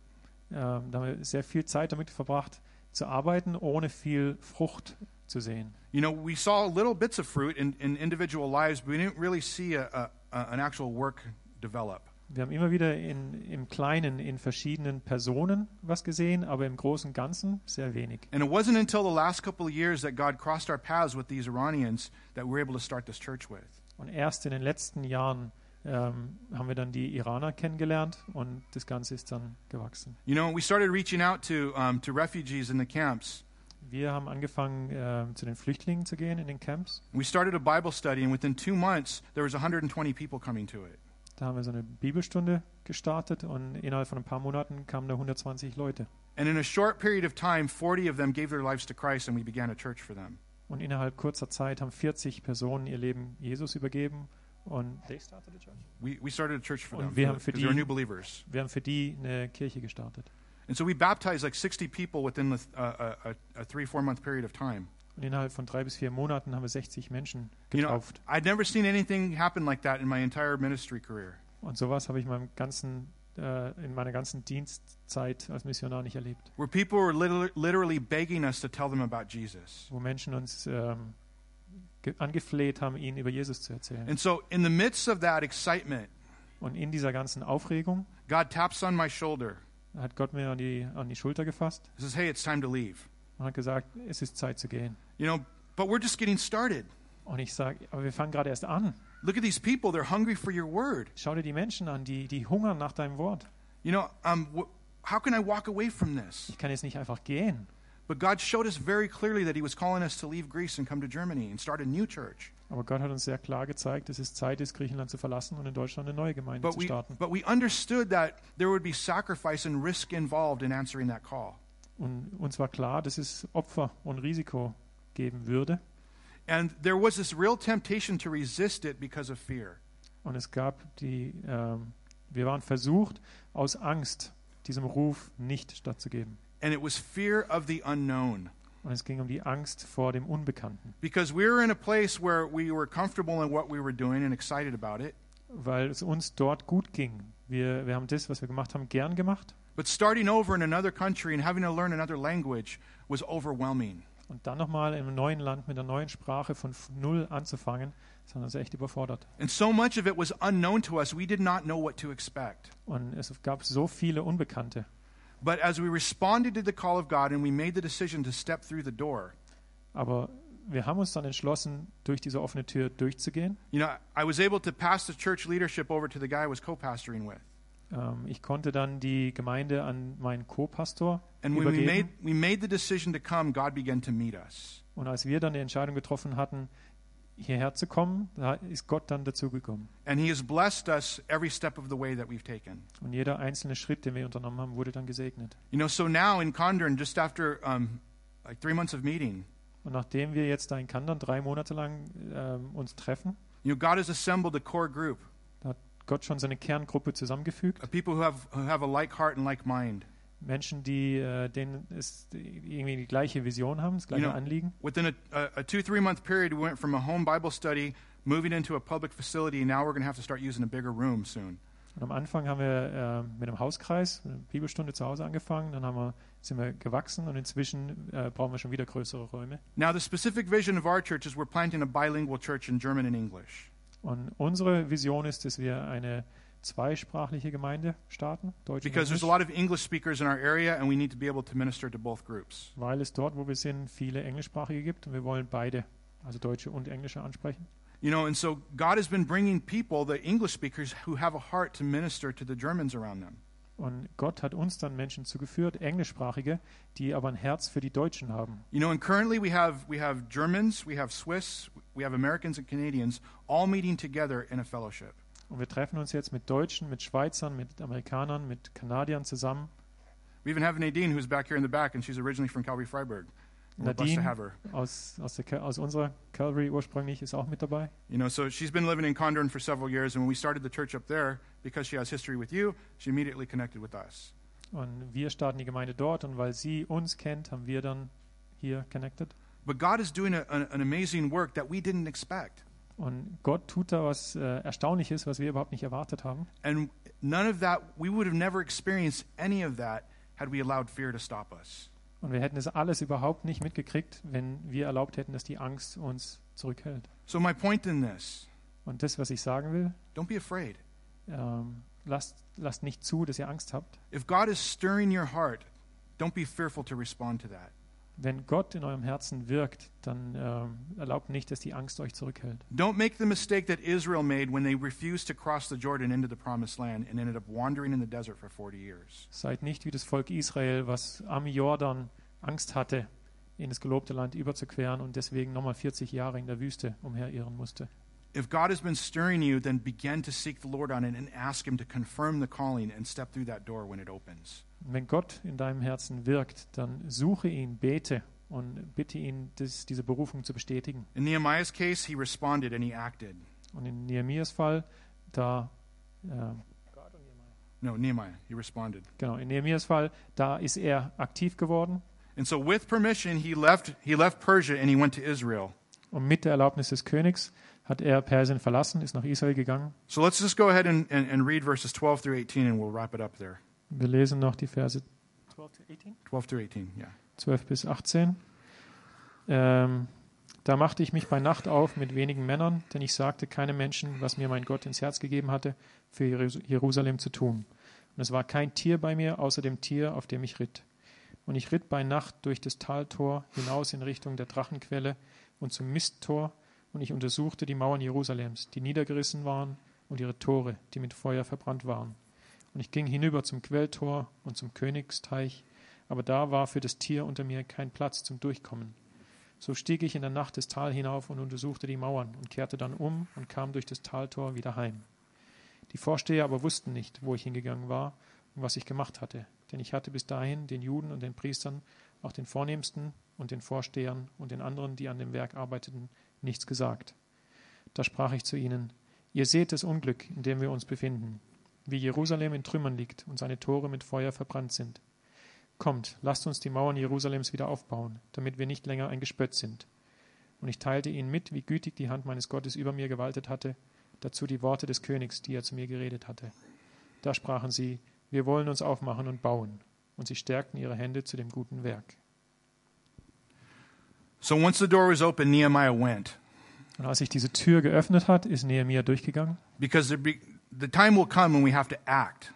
Speaker 2: Ähm, da haben wir sehr viel Zeit damit verbracht, zu arbeiten, ohne viel Frucht zu sehen.
Speaker 1: You know, we saw little bits of fruit in, in individual lives, but we didn't really see a, a, a, an actual work develop.
Speaker 2: Wir haben immer wieder in, im Kleinen in verschiedenen Personen was gesehen, aber im Großen und Ganzen sehr wenig.
Speaker 1: And it wasn't until the last couple of years that God crossed our paths with these Iranians that we were able to start this church with.
Speaker 2: Und erst in den letzten Jahren ähm, haben wir dann die Iraner kennengelernt und das Ganze ist dann gewachsen.
Speaker 1: You know, we started reaching out to um, to refugees in the camps.
Speaker 2: Wir haben angefangen, ähm, zu den Flüchtlingen zu gehen in den Camps.
Speaker 1: We started a Bible study, and within two months, there was 120 people coming to it.
Speaker 2: Da haben wir so eine Bibelstunde gestartet und innerhalb von ein paar Monaten kamen da 120 Leute.
Speaker 1: And in a short period of time, 40 of them gave their lives to Christ, and we began a church for them.
Speaker 2: Und innerhalb kurzer Zeit haben 40 Personen ihr Leben Jesus übergeben Und
Speaker 1: We, we started a church for
Speaker 2: Und
Speaker 1: them
Speaker 2: wir haben für
Speaker 1: because they were
Speaker 2: die-
Speaker 1: new believers.
Speaker 2: wir haben für die eine Kirche gestartet.
Speaker 1: And so we baptized like 60 people within the, uh, a, a, a three, four month period of time.
Speaker 2: Und innerhalb von drei bis vier Monaten haben wir 60 Menschen
Speaker 1: You know,
Speaker 2: getauft.
Speaker 1: I'd never seen anything happen like that in my entire ministry career.
Speaker 2: Und sowas habe ich in, meinem ganzen, äh, in meiner ganzen Dienstzeit als Missionar nicht erlebt.
Speaker 1: Where people were liter- literally begging us to tell them about Jesus.
Speaker 2: Wo Menschen uns ähm, ge- angefleht haben, ihnen über Jesus zu erzählen.
Speaker 1: And so, in the midst of that excitement,
Speaker 2: Und in dieser ganzen Aufregung
Speaker 1: God taps on my shoulder.
Speaker 2: hat Gott mir an die, an die Schulter gefasst
Speaker 1: He says, Hey, it's time to leave.
Speaker 2: und hat gesagt, es ist Zeit zu gehen.
Speaker 1: You know, but we're just getting started.
Speaker 2: Und ich sage, aber wir fangen gerade erst an.
Speaker 1: Look at these people. They're hungry for your word.
Speaker 2: Schau dir die Menschen an, die, die hungern nach deinem Wort.
Speaker 1: You know, um, wh- how can I walk away from this?
Speaker 2: Ich kann jetzt nicht einfach gehen.
Speaker 1: But God showed us very clearly that He was calling us to leave Greece and come to Germany and start a new church.
Speaker 2: Aber Gott hat uns sehr klar gezeigt, dass es Zeit ist, Griechenland zu verlassen und in Deutschland eine neue Gemeinde
Speaker 1: But
Speaker 2: zu
Speaker 1: we,
Speaker 2: starten.
Speaker 1: but we understood that there would be sacrifice and risk involved in answering that call.
Speaker 2: Und uns war klar, dass es Opfer und Risiko geben würde.
Speaker 1: And there was this real temptation to resist it because of fear.
Speaker 2: Und es gab die, ähm, wir waren versucht, aus Angst diesem Ruf nicht stattzugeben.
Speaker 1: And it was fear of the unknown.
Speaker 2: Und es ging um die Angst vor dem Unbekannten.
Speaker 1: Because we were in a place where we were comfortable in what we were doing and excited about it.
Speaker 2: weil es uns dort gut ging. Wir, wir haben das, was wir gemacht haben, gern gemacht.
Speaker 1: But starting over in another country and having to learn another language was overwhelming.
Speaker 2: Und dann nochmal im neuen Land mit einer neuen Sprache von f- Null anzufangen, das hat uns echt überfordert.
Speaker 1: And so much of it was unknown to us, we did not know what to expect.
Speaker 2: Und es gab so viele Unbekannte.
Speaker 1: But as we responded to the call of God and we made the decision to step through the door,
Speaker 2: Aber wir haben uns dann entschlossen, durch diese offene Tür durchzugehen.
Speaker 1: you know, I was able to pass the church leadership over to the guy I was co pastoring with.
Speaker 2: Ähm, ich konnte dann die Gemeinde an meinen Co-Pastor
Speaker 1: And when we
Speaker 2: Übergeben.
Speaker 1: made, we made the decision to come, God began to meet us.
Speaker 2: und als wir dann die Entscheidung getroffen hatten, hierher zu kommen, da ist Gott dann dazugekommen.
Speaker 1: And He has blessed us every step of the way that we've taken.
Speaker 2: Und jeder einzelne Schritt, den wir unternommen haben, wurde dann gesegnet.
Speaker 1: You know, so now in Condren, just after um, like three months of meeting,
Speaker 2: Und nachdem wir jetzt da in Kandern drei Monate lang ähm, uns treffen,
Speaker 1: you know, God has assembled a core group
Speaker 2: da hat Gott schon seine Kerngruppe zusammengefügt.
Speaker 1: of people who have, who have a like heart and like mind.
Speaker 2: Menschen, die äh, denen es die irgendwie die gleiche Vision haben, das gleiche
Speaker 1: Genau.
Speaker 2: Anliegen.
Speaker 1: Within a, a, a two, three month period, we went from a home Bible study, moving into a public facility, and now we're going to have to start using a bigger room soon.
Speaker 2: Und am Anfang haben wir äh, mit einem Hauskreis, mit einer Bibelstunde zu Hause angefangen, dann haben wir, sind wir gewachsen und inzwischen äh, brauchen wir schon wieder größere Räume.
Speaker 1: Now, the specific vision of our church is we're planting a bilingual church in German and English.
Speaker 2: Und unsere Vision ist, dass wir eine zweisprachliche Gemeinde starten, Deutsch und
Speaker 1: Because there's
Speaker 2: Englisch,
Speaker 1: a lot of English speakers in our area, and we need to be able to minister to both groups.
Speaker 2: weil es dort, wo wir sind, viele Englischsprachige gibt und wir wollen beide, also Deutsche und Englische ansprechen.
Speaker 1: You know, and so God has been bringing people, the English speakers, who have a heart to minister to the Germans around them.
Speaker 2: Und Gott hat uns dann Menschen zugeführt, Englischsprachige, die aber ein Herz für die Deutschen haben.
Speaker 1: You know, and currently we have, we have Germans, we have Swiss, we have Americans and Canadians all meeting together in a fellowship.
Speaker 2: Und wir treffen uns jetzt mit Deutschen, mit Schweizern, mit Amerikanern, mit Kanadiern zusammen.
Speaker 1: We even have Nadine, who's back here in the back, and she's originally from Calvary Freiburg. And We're blessed to
Speaker 2: Nadine.
Speaker 1: have her.
Speaker 2: Aus, aus, der, Cal- aus unserer Calvary ursprünglich ist auch mit dabei.
Speaker 1: You know, so she's been living in Condren for several years, and when we started the church up there, because she has history with you, she immediately connected with us.
Speaker 2: Und wir starten die Gemeinde dort. Und weil sie uns kennt, haben wir dann hier connected.
Speaker 1: But God is doing a, an, an amazing work that we didn't expect,
Speaker 2: Und Gott tut da was äh, Erstaunliches, was wir überhaupt nicht erwartet haben.
Speaker 1: and none of that we would have never experienced any of that had we allowed fear to stop us.
Speaker 2: Und wir hätten es alles überhaupt nicht mitgekriegt, wenn wir erlaubt hätten, dass die Angst uns zurückhält.
Speaker 1: So my point in this:
Speaker 2: Und das, was ich sagen will,
Speaker 1: don't be afraid.
Speaker 2: ähm, lasst, lasst nicht zu, dass ihr Angst habt.
Speaker 1: If God is stirring your heart, don't be fearful to respond to that.
Speaker 2: Wenn Gott in eurem Herzen wirkt, dann ähm, erlaubt nicht, dass die Angst euch zurückhält.
Speaker 1: Don't make the mistake that Israel made when they refused to cross the Jordan into the promised land and ended up wandering in the desert for 40 years.
Speaker 2: Seid nicht wie das Volk Israel, was am Jordan Angst hatte, in das gelobte Land überzuqueren und deswegen nochmal 40 Jahre in der Wüste umherirren musste.
Speaker 1: If God has been stirring you, then begin to seek the Lord on it and ask Him to confirm the calling and step through that door when it opens.
Speaker 2: Und wenn Gott in deinem Herzen wirkt, dann suche ihn, bete und bitte ihn, das, diese Berufung zu bestätigen.
Speaker 1: In Nehemiah's case, he responded and he acted.
Speaker 2: Und in Nehemias Fall, da, äh,
Speaker 1: No, Nehemiah, he responded.
Speaker 2: genau, in Nehemias Fall, da ist er aktiv geworden.
Speaker 1: And so with permission he left he left Persia and he went to Israel.
Speaker 2: Und mit der Erlaubnis des Königs hat er Persien verlassen, ist nach Israel gegangen.
Speaker 1: So let's just go ahead and, and, and read verses 12 through 18 and we'll wrap it up there.
Speaker 2: Wir lesen noch die Verse
Speaker 1: 12 through 18, yeah.
Speaker 2: 12 bis 18. Ähm, da machte ich mich bei Nacht auf mit wenigen Männern, denn ich sagte keinem Menschen, was mir mein Gott ins Herz gegeben hatte, für Jeru- Jerusalem zu tun. Und es war kein Tier bei mir, außer dem Tier, auf dem ich ritt. Und ich ritt bei Nacht durch das Taltor hinaus in Richtung der Drachenquelle und zum Misttor, und ich untersuchte die Mauern Jerusalems, die niedergerissen waren, und ihre Tore, die mit Feuer verbrannt waren. Und ich ging hinüber zum Quelltor und zum Königsteich, aber da war für das Tier unter mir kein Platz zum Durchkommen. So stieg ich in der Nacht das Tal hinauf und untersuchte die Mauern und kehrte dann um und kam durch das Taltor wieder heim. Die Vorsteher aber wussten nicht, wo ich hingegangen war und was ich gemacht hatte, denn ich hatte bis dahin den Juden und den Priestern, auch den Vornehmsten und den Vorstehern und den anderen, die an dem Werk arbeiteten, nichts gesagt. Da sprach ich zu ihnen, ihr seht das Unglück, in dem wir uns befinden, wie Jerusalem in Trümmern liegt und seine Tore mit Feuer verbrannt sind. Kommt, lasst uns die Mauern Jerusalems wieder aufbauen, damit wir nicht länger ein Gespött sind. Und ich teilte ihnen mit, wie gütig die Hand meines Gottes über mir gewaltet hatte, dazu die Worte des Königs, die er zu mir geredet hatte. Da sprachen sie, wir wollen uns aufmachen und bauen. Und sie stärkten ihre Hände zu dem guten Werk.
Speaker 1: So once the door was open, Nehemiah went.
Speaker 2: Und als sich diese Tür geöffnet hat, ist Nehemia durchgegangen.
Speaker 1: Because there be, the time will come when we have to act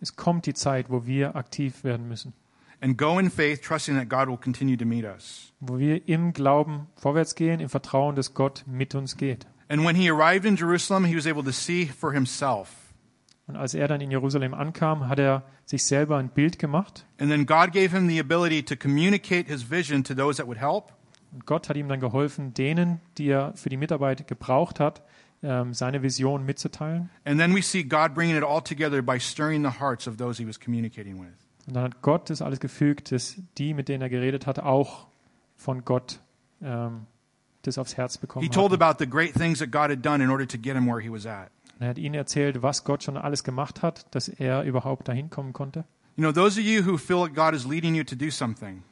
Speaker 2: Es kommt die Zeit, wo wir aktiv werden müssen,
Speaker 1: and go in faith, trusting that God will continue to meet us.
Speaker 2: wo wir im Glauben vorwärts gehen, im Vertrauen, dass Gott mit uns geht.
Speaker 1: And when he arrived in Jerusalem, he was able to see for himself.
Speaker 2: Und als er dann in Jerusalem ankam, hat er sich selber ein Bild gemacht.
Speaker 1: And then God gave him the ability to communicate his vision to those that would help
Speaker 2: Und Gott hat ihm dann geholfen, denen, die er für die Mitarbeit gebraucht hat, ähm, seine Vision mitzuteilen.
Speaker 1: And then we see God bringing it all together by stirring the hearts of those he was communicating with.
Speaker 2: Und dann hat Gott das alles gefügt, dass die, mit denen er geredet hat, auch von Gott ähm, das aufs Herz bekommen
Speaker 1: He told
Speaker 2: hatten.
Speaker 1: about the great things that God had done in order to get him where he was at.
Speaker 2: Und Er hat ihnen erzählt, was Gott schon alles gemacht hat, dass er überhaupt dahin kommen konnte.
Speaker 1: You know, those of you who feel that God is leading you to do something,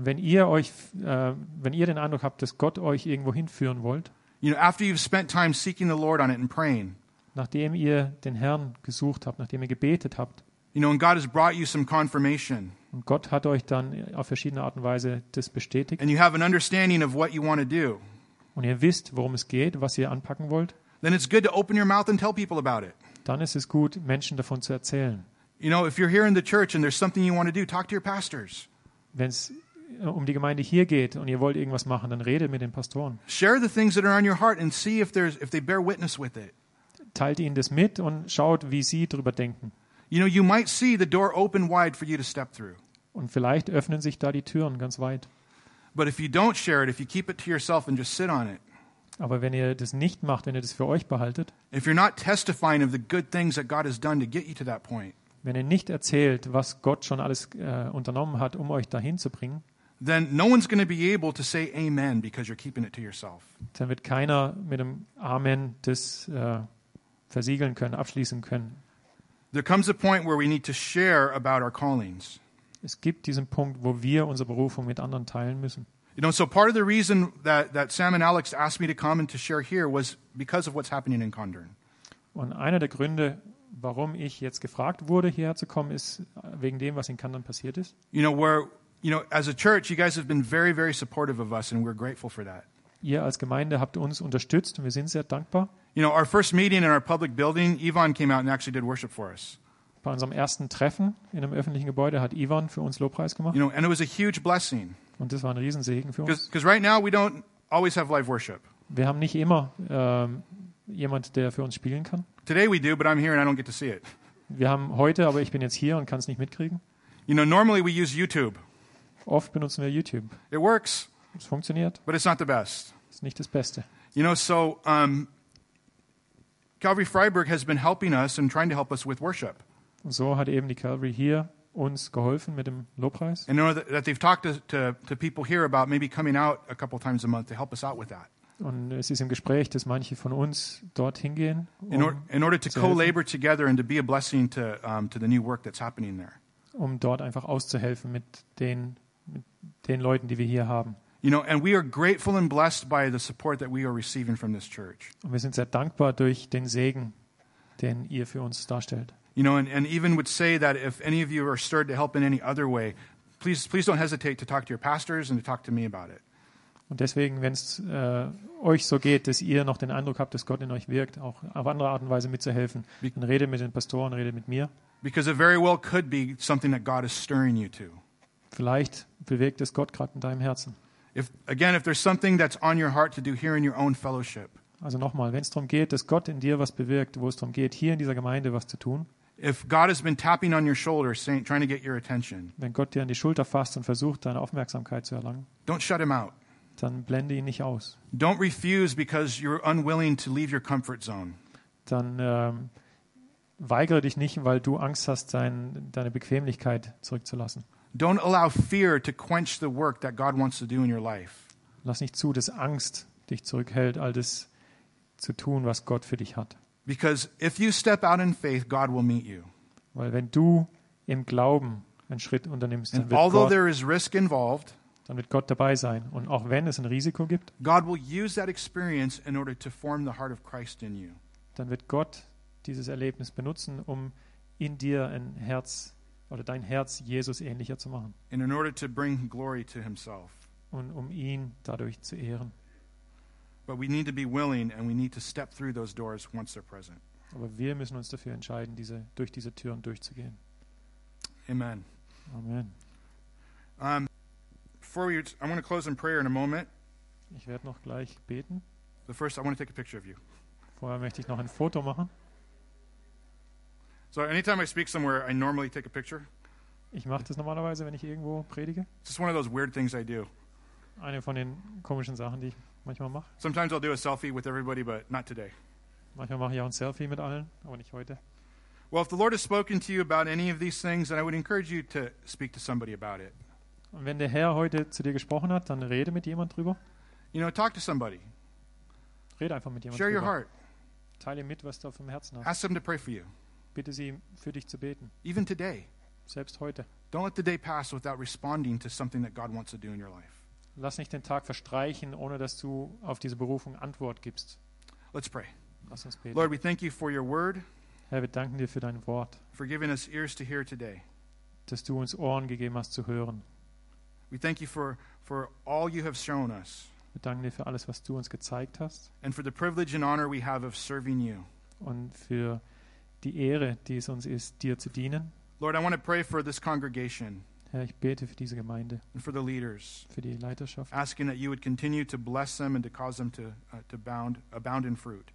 Speaker 2: Wenn ihr euch, äh, wenn ihr den Eindruck habt, dass Gott euch irgendwo hinführen wollt,
Speaker 1: you know, after you've spent time seeking the Lord on it and praying,
Speaker 2: nachdem ihr den Herrn gesucht habt, nachdem ihr gebetet habt,
Speaker 1: you know, and God has brought you some confirmation
Speaker 2: Und Gott hat euch dann auf verschiedene Art und Weise das bestätigt.
Speaker 1: and you have an understanding of what you want to do,
Speaker 2: Und ihr wisst, worum es geht, was ihr anpacken wollt.
Speaker 1: then it's good to open your mouth and tell people about it.
Speaker 2: Dann ist es gut, Menschen davon zu erzählen.
Speaker 1: You know, if you're here in the church and there's something you want to do, talk to your pastors.
Speaker 2: Wenn es um die Gemeinde hier geht und ihr wollt irgendwas machen, dann redet mit den Pastoren.
Speaker 1: Share the things that are on your heart and see if there's if they bear witness with it.
Speaker 2: Teilt ihnen das mit und schaut, wie sie drüber denken.
Speaker 1: You know, you might see the door open wide for you to step through.
Speaker 2: Und vielleicht öffnen sich da die Türen ganz weit.
Speaker 1: But if you don't share it, if you keep it to yourself and just sit on it,
Speaker 2: Aber wenn ihr das nicht macht, wenn ihr das für euch behaltet,
Speaker 1: if you're not testifying of the good things that God has done to get you to that point,
Speaker 2: wenn ihr nicht erzählt, was Gott schon alles äh, unternommen hat, um euch dahin zu bringen,
Speaker 1: then no one's going to be able to say amen because you're keeping it to yourself.
Speaker 2: dann wird keiner mit einem Amen das äh, versiegeln können, abschließen können.
Speaker 1: There comes a point where we need to share about our callings.
Speaker 2: Es gibt diesen Punkt, wo wir unsere Berufung mit anderen teilen müssen.
Speaker 1: You know, so part of the reason that, that Sam and Alex asked me to come and to share here was because of what's happening in Condern.
Speaker 2: Und einer der Gründe, warum ich jetzt gefragt wurde, hierher zu kommen, ist äh, wegen dem, was in Kandern passiert ist.
Speaker 1: You know, where, you know, as a church, you guys have been very, very supportive of us, and we're grateful for that.
Speaker 2: Ihr als Gemeinde habt uns unterstützt und wir sind sehr dankbar.
Speaker 1: You know, our first meeting in our public building, Yvonne came out and actually did worship for us.
Speaker 2: Bei unserem ersten Treffen in einem öffentlichen Gebäude hat Ivan für uns Lobpreis gemacht
Speaker 1: You know, and it was a huge blessing
Speaker 2: und das war ein Riesensegen für uns.
Speaker 1: because right now we don't always have live worship.
Speaker 2: Wir haben nicht immer ähm, jemand, der für uns spielen kann.
Speaker 1: Today we do, but I'm here and I don't get to see it.
Speaker 2: Wir haben heute, aber ich bin jetzt hier und kann es nicht mitkriegen.
Speaker 1: You know, normally we use YouTube.
Speaker 2: Oft benutzen wir YouTube.
Speaker 1: It works,
Speaker 2: Es funktioniert,
Speaker 1: but it's not the best.
Speaker 2: ist nicht das Beste.
Speaker 1: You know, so um, Calvary Freiburg has been helping us and trying to help us with worship.
Speaker 2: Und so hat eben die Calvary hier uns geholfen mit dem Lobpreis.
Speaker 1: And I know that, that they've talked to, to, to people here about maybe coming out a couple times a month to help us out with that.
Speaker 2: Und es ist im Gespräch, dass manche von uns dorthin gehen,
Speaker 1: in, or-
Speaker 2: um,
Speaker 1: in order to
Speaker 2: to
Speaker 1: co labor together and to be a blessing to, um, to the new work that's happening there.
Speaker 2: um dort einfach auszuhelfen mit den, mit den Leuten, die wir hier haben.
Speaker 1: You know, and we are grateful and blessed by the support that we are receiving from this church.
Speaker 2: Und wir sind sehr dankbar durch den Segen, den ihr für uns darstellt.
Speaker 1: You know, and, and even would say that if any of you are stirred to help in any other way, please, please don't hesitate to talk to your pastors and to talk to me about it.
Speaker 2: Und deswegen, wenn es äh, euch so geht, dass ihr noch den Eindruck habt, dass Gott in euch wirkt, auch auf andere Art und Weise mitzuhelfen,
Speaker 1: Wie-
Speaker 2: dann redet mit den Pastoren, redet mit mir.
Speaker 1: Because it very well could be something that God is stirring you to.
Speaker 2: Vielleicht bewegt es Gott gerade in deinem Herzen.
Speaker 1: If, again, if there's something that's on your heart to do here in your own fellowship,
Speaker 2: Also nochmal, wenn es darum geht, dass Gott in dir was bewirkt, wo es darum geht, hier in dieser Gemeinde was zu tun,
Speaker 1: if God has been tapping on your shoulder, saying, trying to get your attention,
Speaker 2: wenn Gott dir an die Schulter fasst und versucht, deine Aufmerksamkeit zu erlangen,
Speaker 1: don't shut him out.
Speaker 2: dann blende ihn nicht aus.
Speaker 1: Don't refuse because you're unwilling to leave your comfort zone.
Speaker 2: Dann ähm, weigere dich nicht, weil du Angst hast, dein, deine Bequemlichkeit zurückzulassen.
Speaker 1: Don't allow fear to quench the work that God wants to do in your life.
Speaker 2: Lass nicht zu, dass Angst dich zurückhält, all das zu tun, was Gott für dich hat.
Speaker 1: Because if you step out in faith, God will meet you.
Speaker 2: Weil wenn du im Glauben einen Schritt unternimmst, dann
Speaker 1: And
Speaker 2: wird,
Speaker 1: although
Speaker 2: Gott,
Speaker 1: there is risk involved,
Speaker 2: dann wird Gott dabei sein. Und auch wenn es ein Risiko gibt,
Speaker 1: God will use that experience in order to form the heart of Christ in you.
Speaker 2: dann wird Gott dieses Erlebnis benutzen, um in dir ein Herz oder dein Herz Jesus ähnlicher zu machen
Speaker 1: and in order to bring glory to himself.
Speaker 2: und um ihn dadurch zu ehren.
Speaker 1: But we need to be willing and we need to step through those doors once they're present.
Speaker 2: Aber wir müssen uns dafür entscheiden, diese, durch diese Türen durchzugehen.
Speaker 1: Amen.
Speaker 2: Amen.
Speaker 1: Um, before we, I want to close in prayer in a moment,
Speaker 2: Ich werde noch gleich beten.
Speaker 1: but first I want to take a picture of you.
Speaker 2: Vorher möchte ich noch ein Foto machen.
Speaker 1: So anytime I speak somewhere, I normally take a picture.
Speaker 2: Ich mache das normalerweise, wenn ich irgendwo predige.
Speaker 1: It's just one of those weird things I do.
Speaker 2: Eine von den komischen Sachen, die ich manchmal mache.
Speaker 1: Sometimes I'll do a selfie with everybody, but not today.
Speaker 2: Manchmal mache ich auch ein Selfie mit allen, aber nicht heute.
Speaker 1: Well, if the Lord has spoken to you about any of these things, then I would encourage you to speak to somebody about it.
Speaker 2: Und wenn der Herr heute zu dir gesprochen hat, dann rede mit jemand drüber.
Speaker 1: You know, talk to somebody.
Speaker 2: Rede einfach mit jemand
Speaker 1: Share your
Speaker 2: drüber.
Speaker 1: heart.
Speaker 2: Teile mit, was du auf dem Herzen hast.
Speaker 1: Ask them to pray for you,
Speaker 2: Bitte sie, für dich zu beten.
Speaker 1: even today.
Speaker 2: Selbst heute.
Speaker 1: Don't let the day pass without responding to something that God wants to do in your life.
Speaker 2: Lass nicht den Tag verstreichen, ohne dass du auf diese Berufung Antwort gibst.
Speaker 1: Let's pray.
Speaker 2: Lass uns beten.
Speaker 1: Lord, we thank you for your word,
Speaker 2: Herr, wir danken dir für dein Wort,
Speaker 1: for giving us ears to hear today.
Speaker 2: dass du uns Ohren gegeben hast zu hören.
Speaker 1: We thank you for, for all you have shown us
Speaker 2: Wir danken dir für alles, was du uns gezeigt hast
Speaker 1: and for the privilege and honor we have of serving you.
Speaker 2: und für die Ehre, die es uns ist, dir zu dienen.
Speaker 1: Lord, I want to pray for this congregation
Speaker 2: Herr, ich bete für diese Gemeinde,
Speaker 1: and for the leaders,
Speaker 2: für die Leiterschaft.
Speaker 1: asking that you would continue to bless them and to cause them to, uh, to bound, abound in fruit.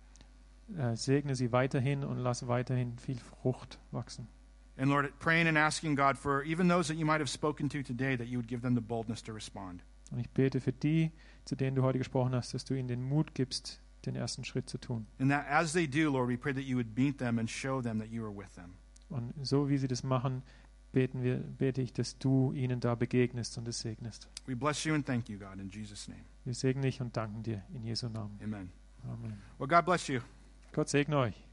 Speaker 2: Äh, segne sie weiterhin und lass weiterhin viel Frucht wachsen.
Speaker 1: And Lord, praying and asking God for even those that you might have spoken to today, that you would give them the boldness to respond.
Speaker 2: Und ich bete für die, zu denen du heute gesprochen hast, dass du ihnen den Mut gibst, den ersten Schritt zu tun.
Speaker 1: And that as they do, Lord, we pray that you would meet them and show them that you are with them.
Speaker 2: Und so wie sie das machen, beten wir, bete ich, dass du ihnen da begegnest und es segnest.
Speaker 1: We bless you and thank you, God, in Jesus' name.
Speaker 2: Wir segnen dich und danken dir in Jesu Namen.
Speaker 1: Amen.
Speaker 2: Amen.
Speaker 1: Well, God bless you.
Speaker 2: Gott segne euch.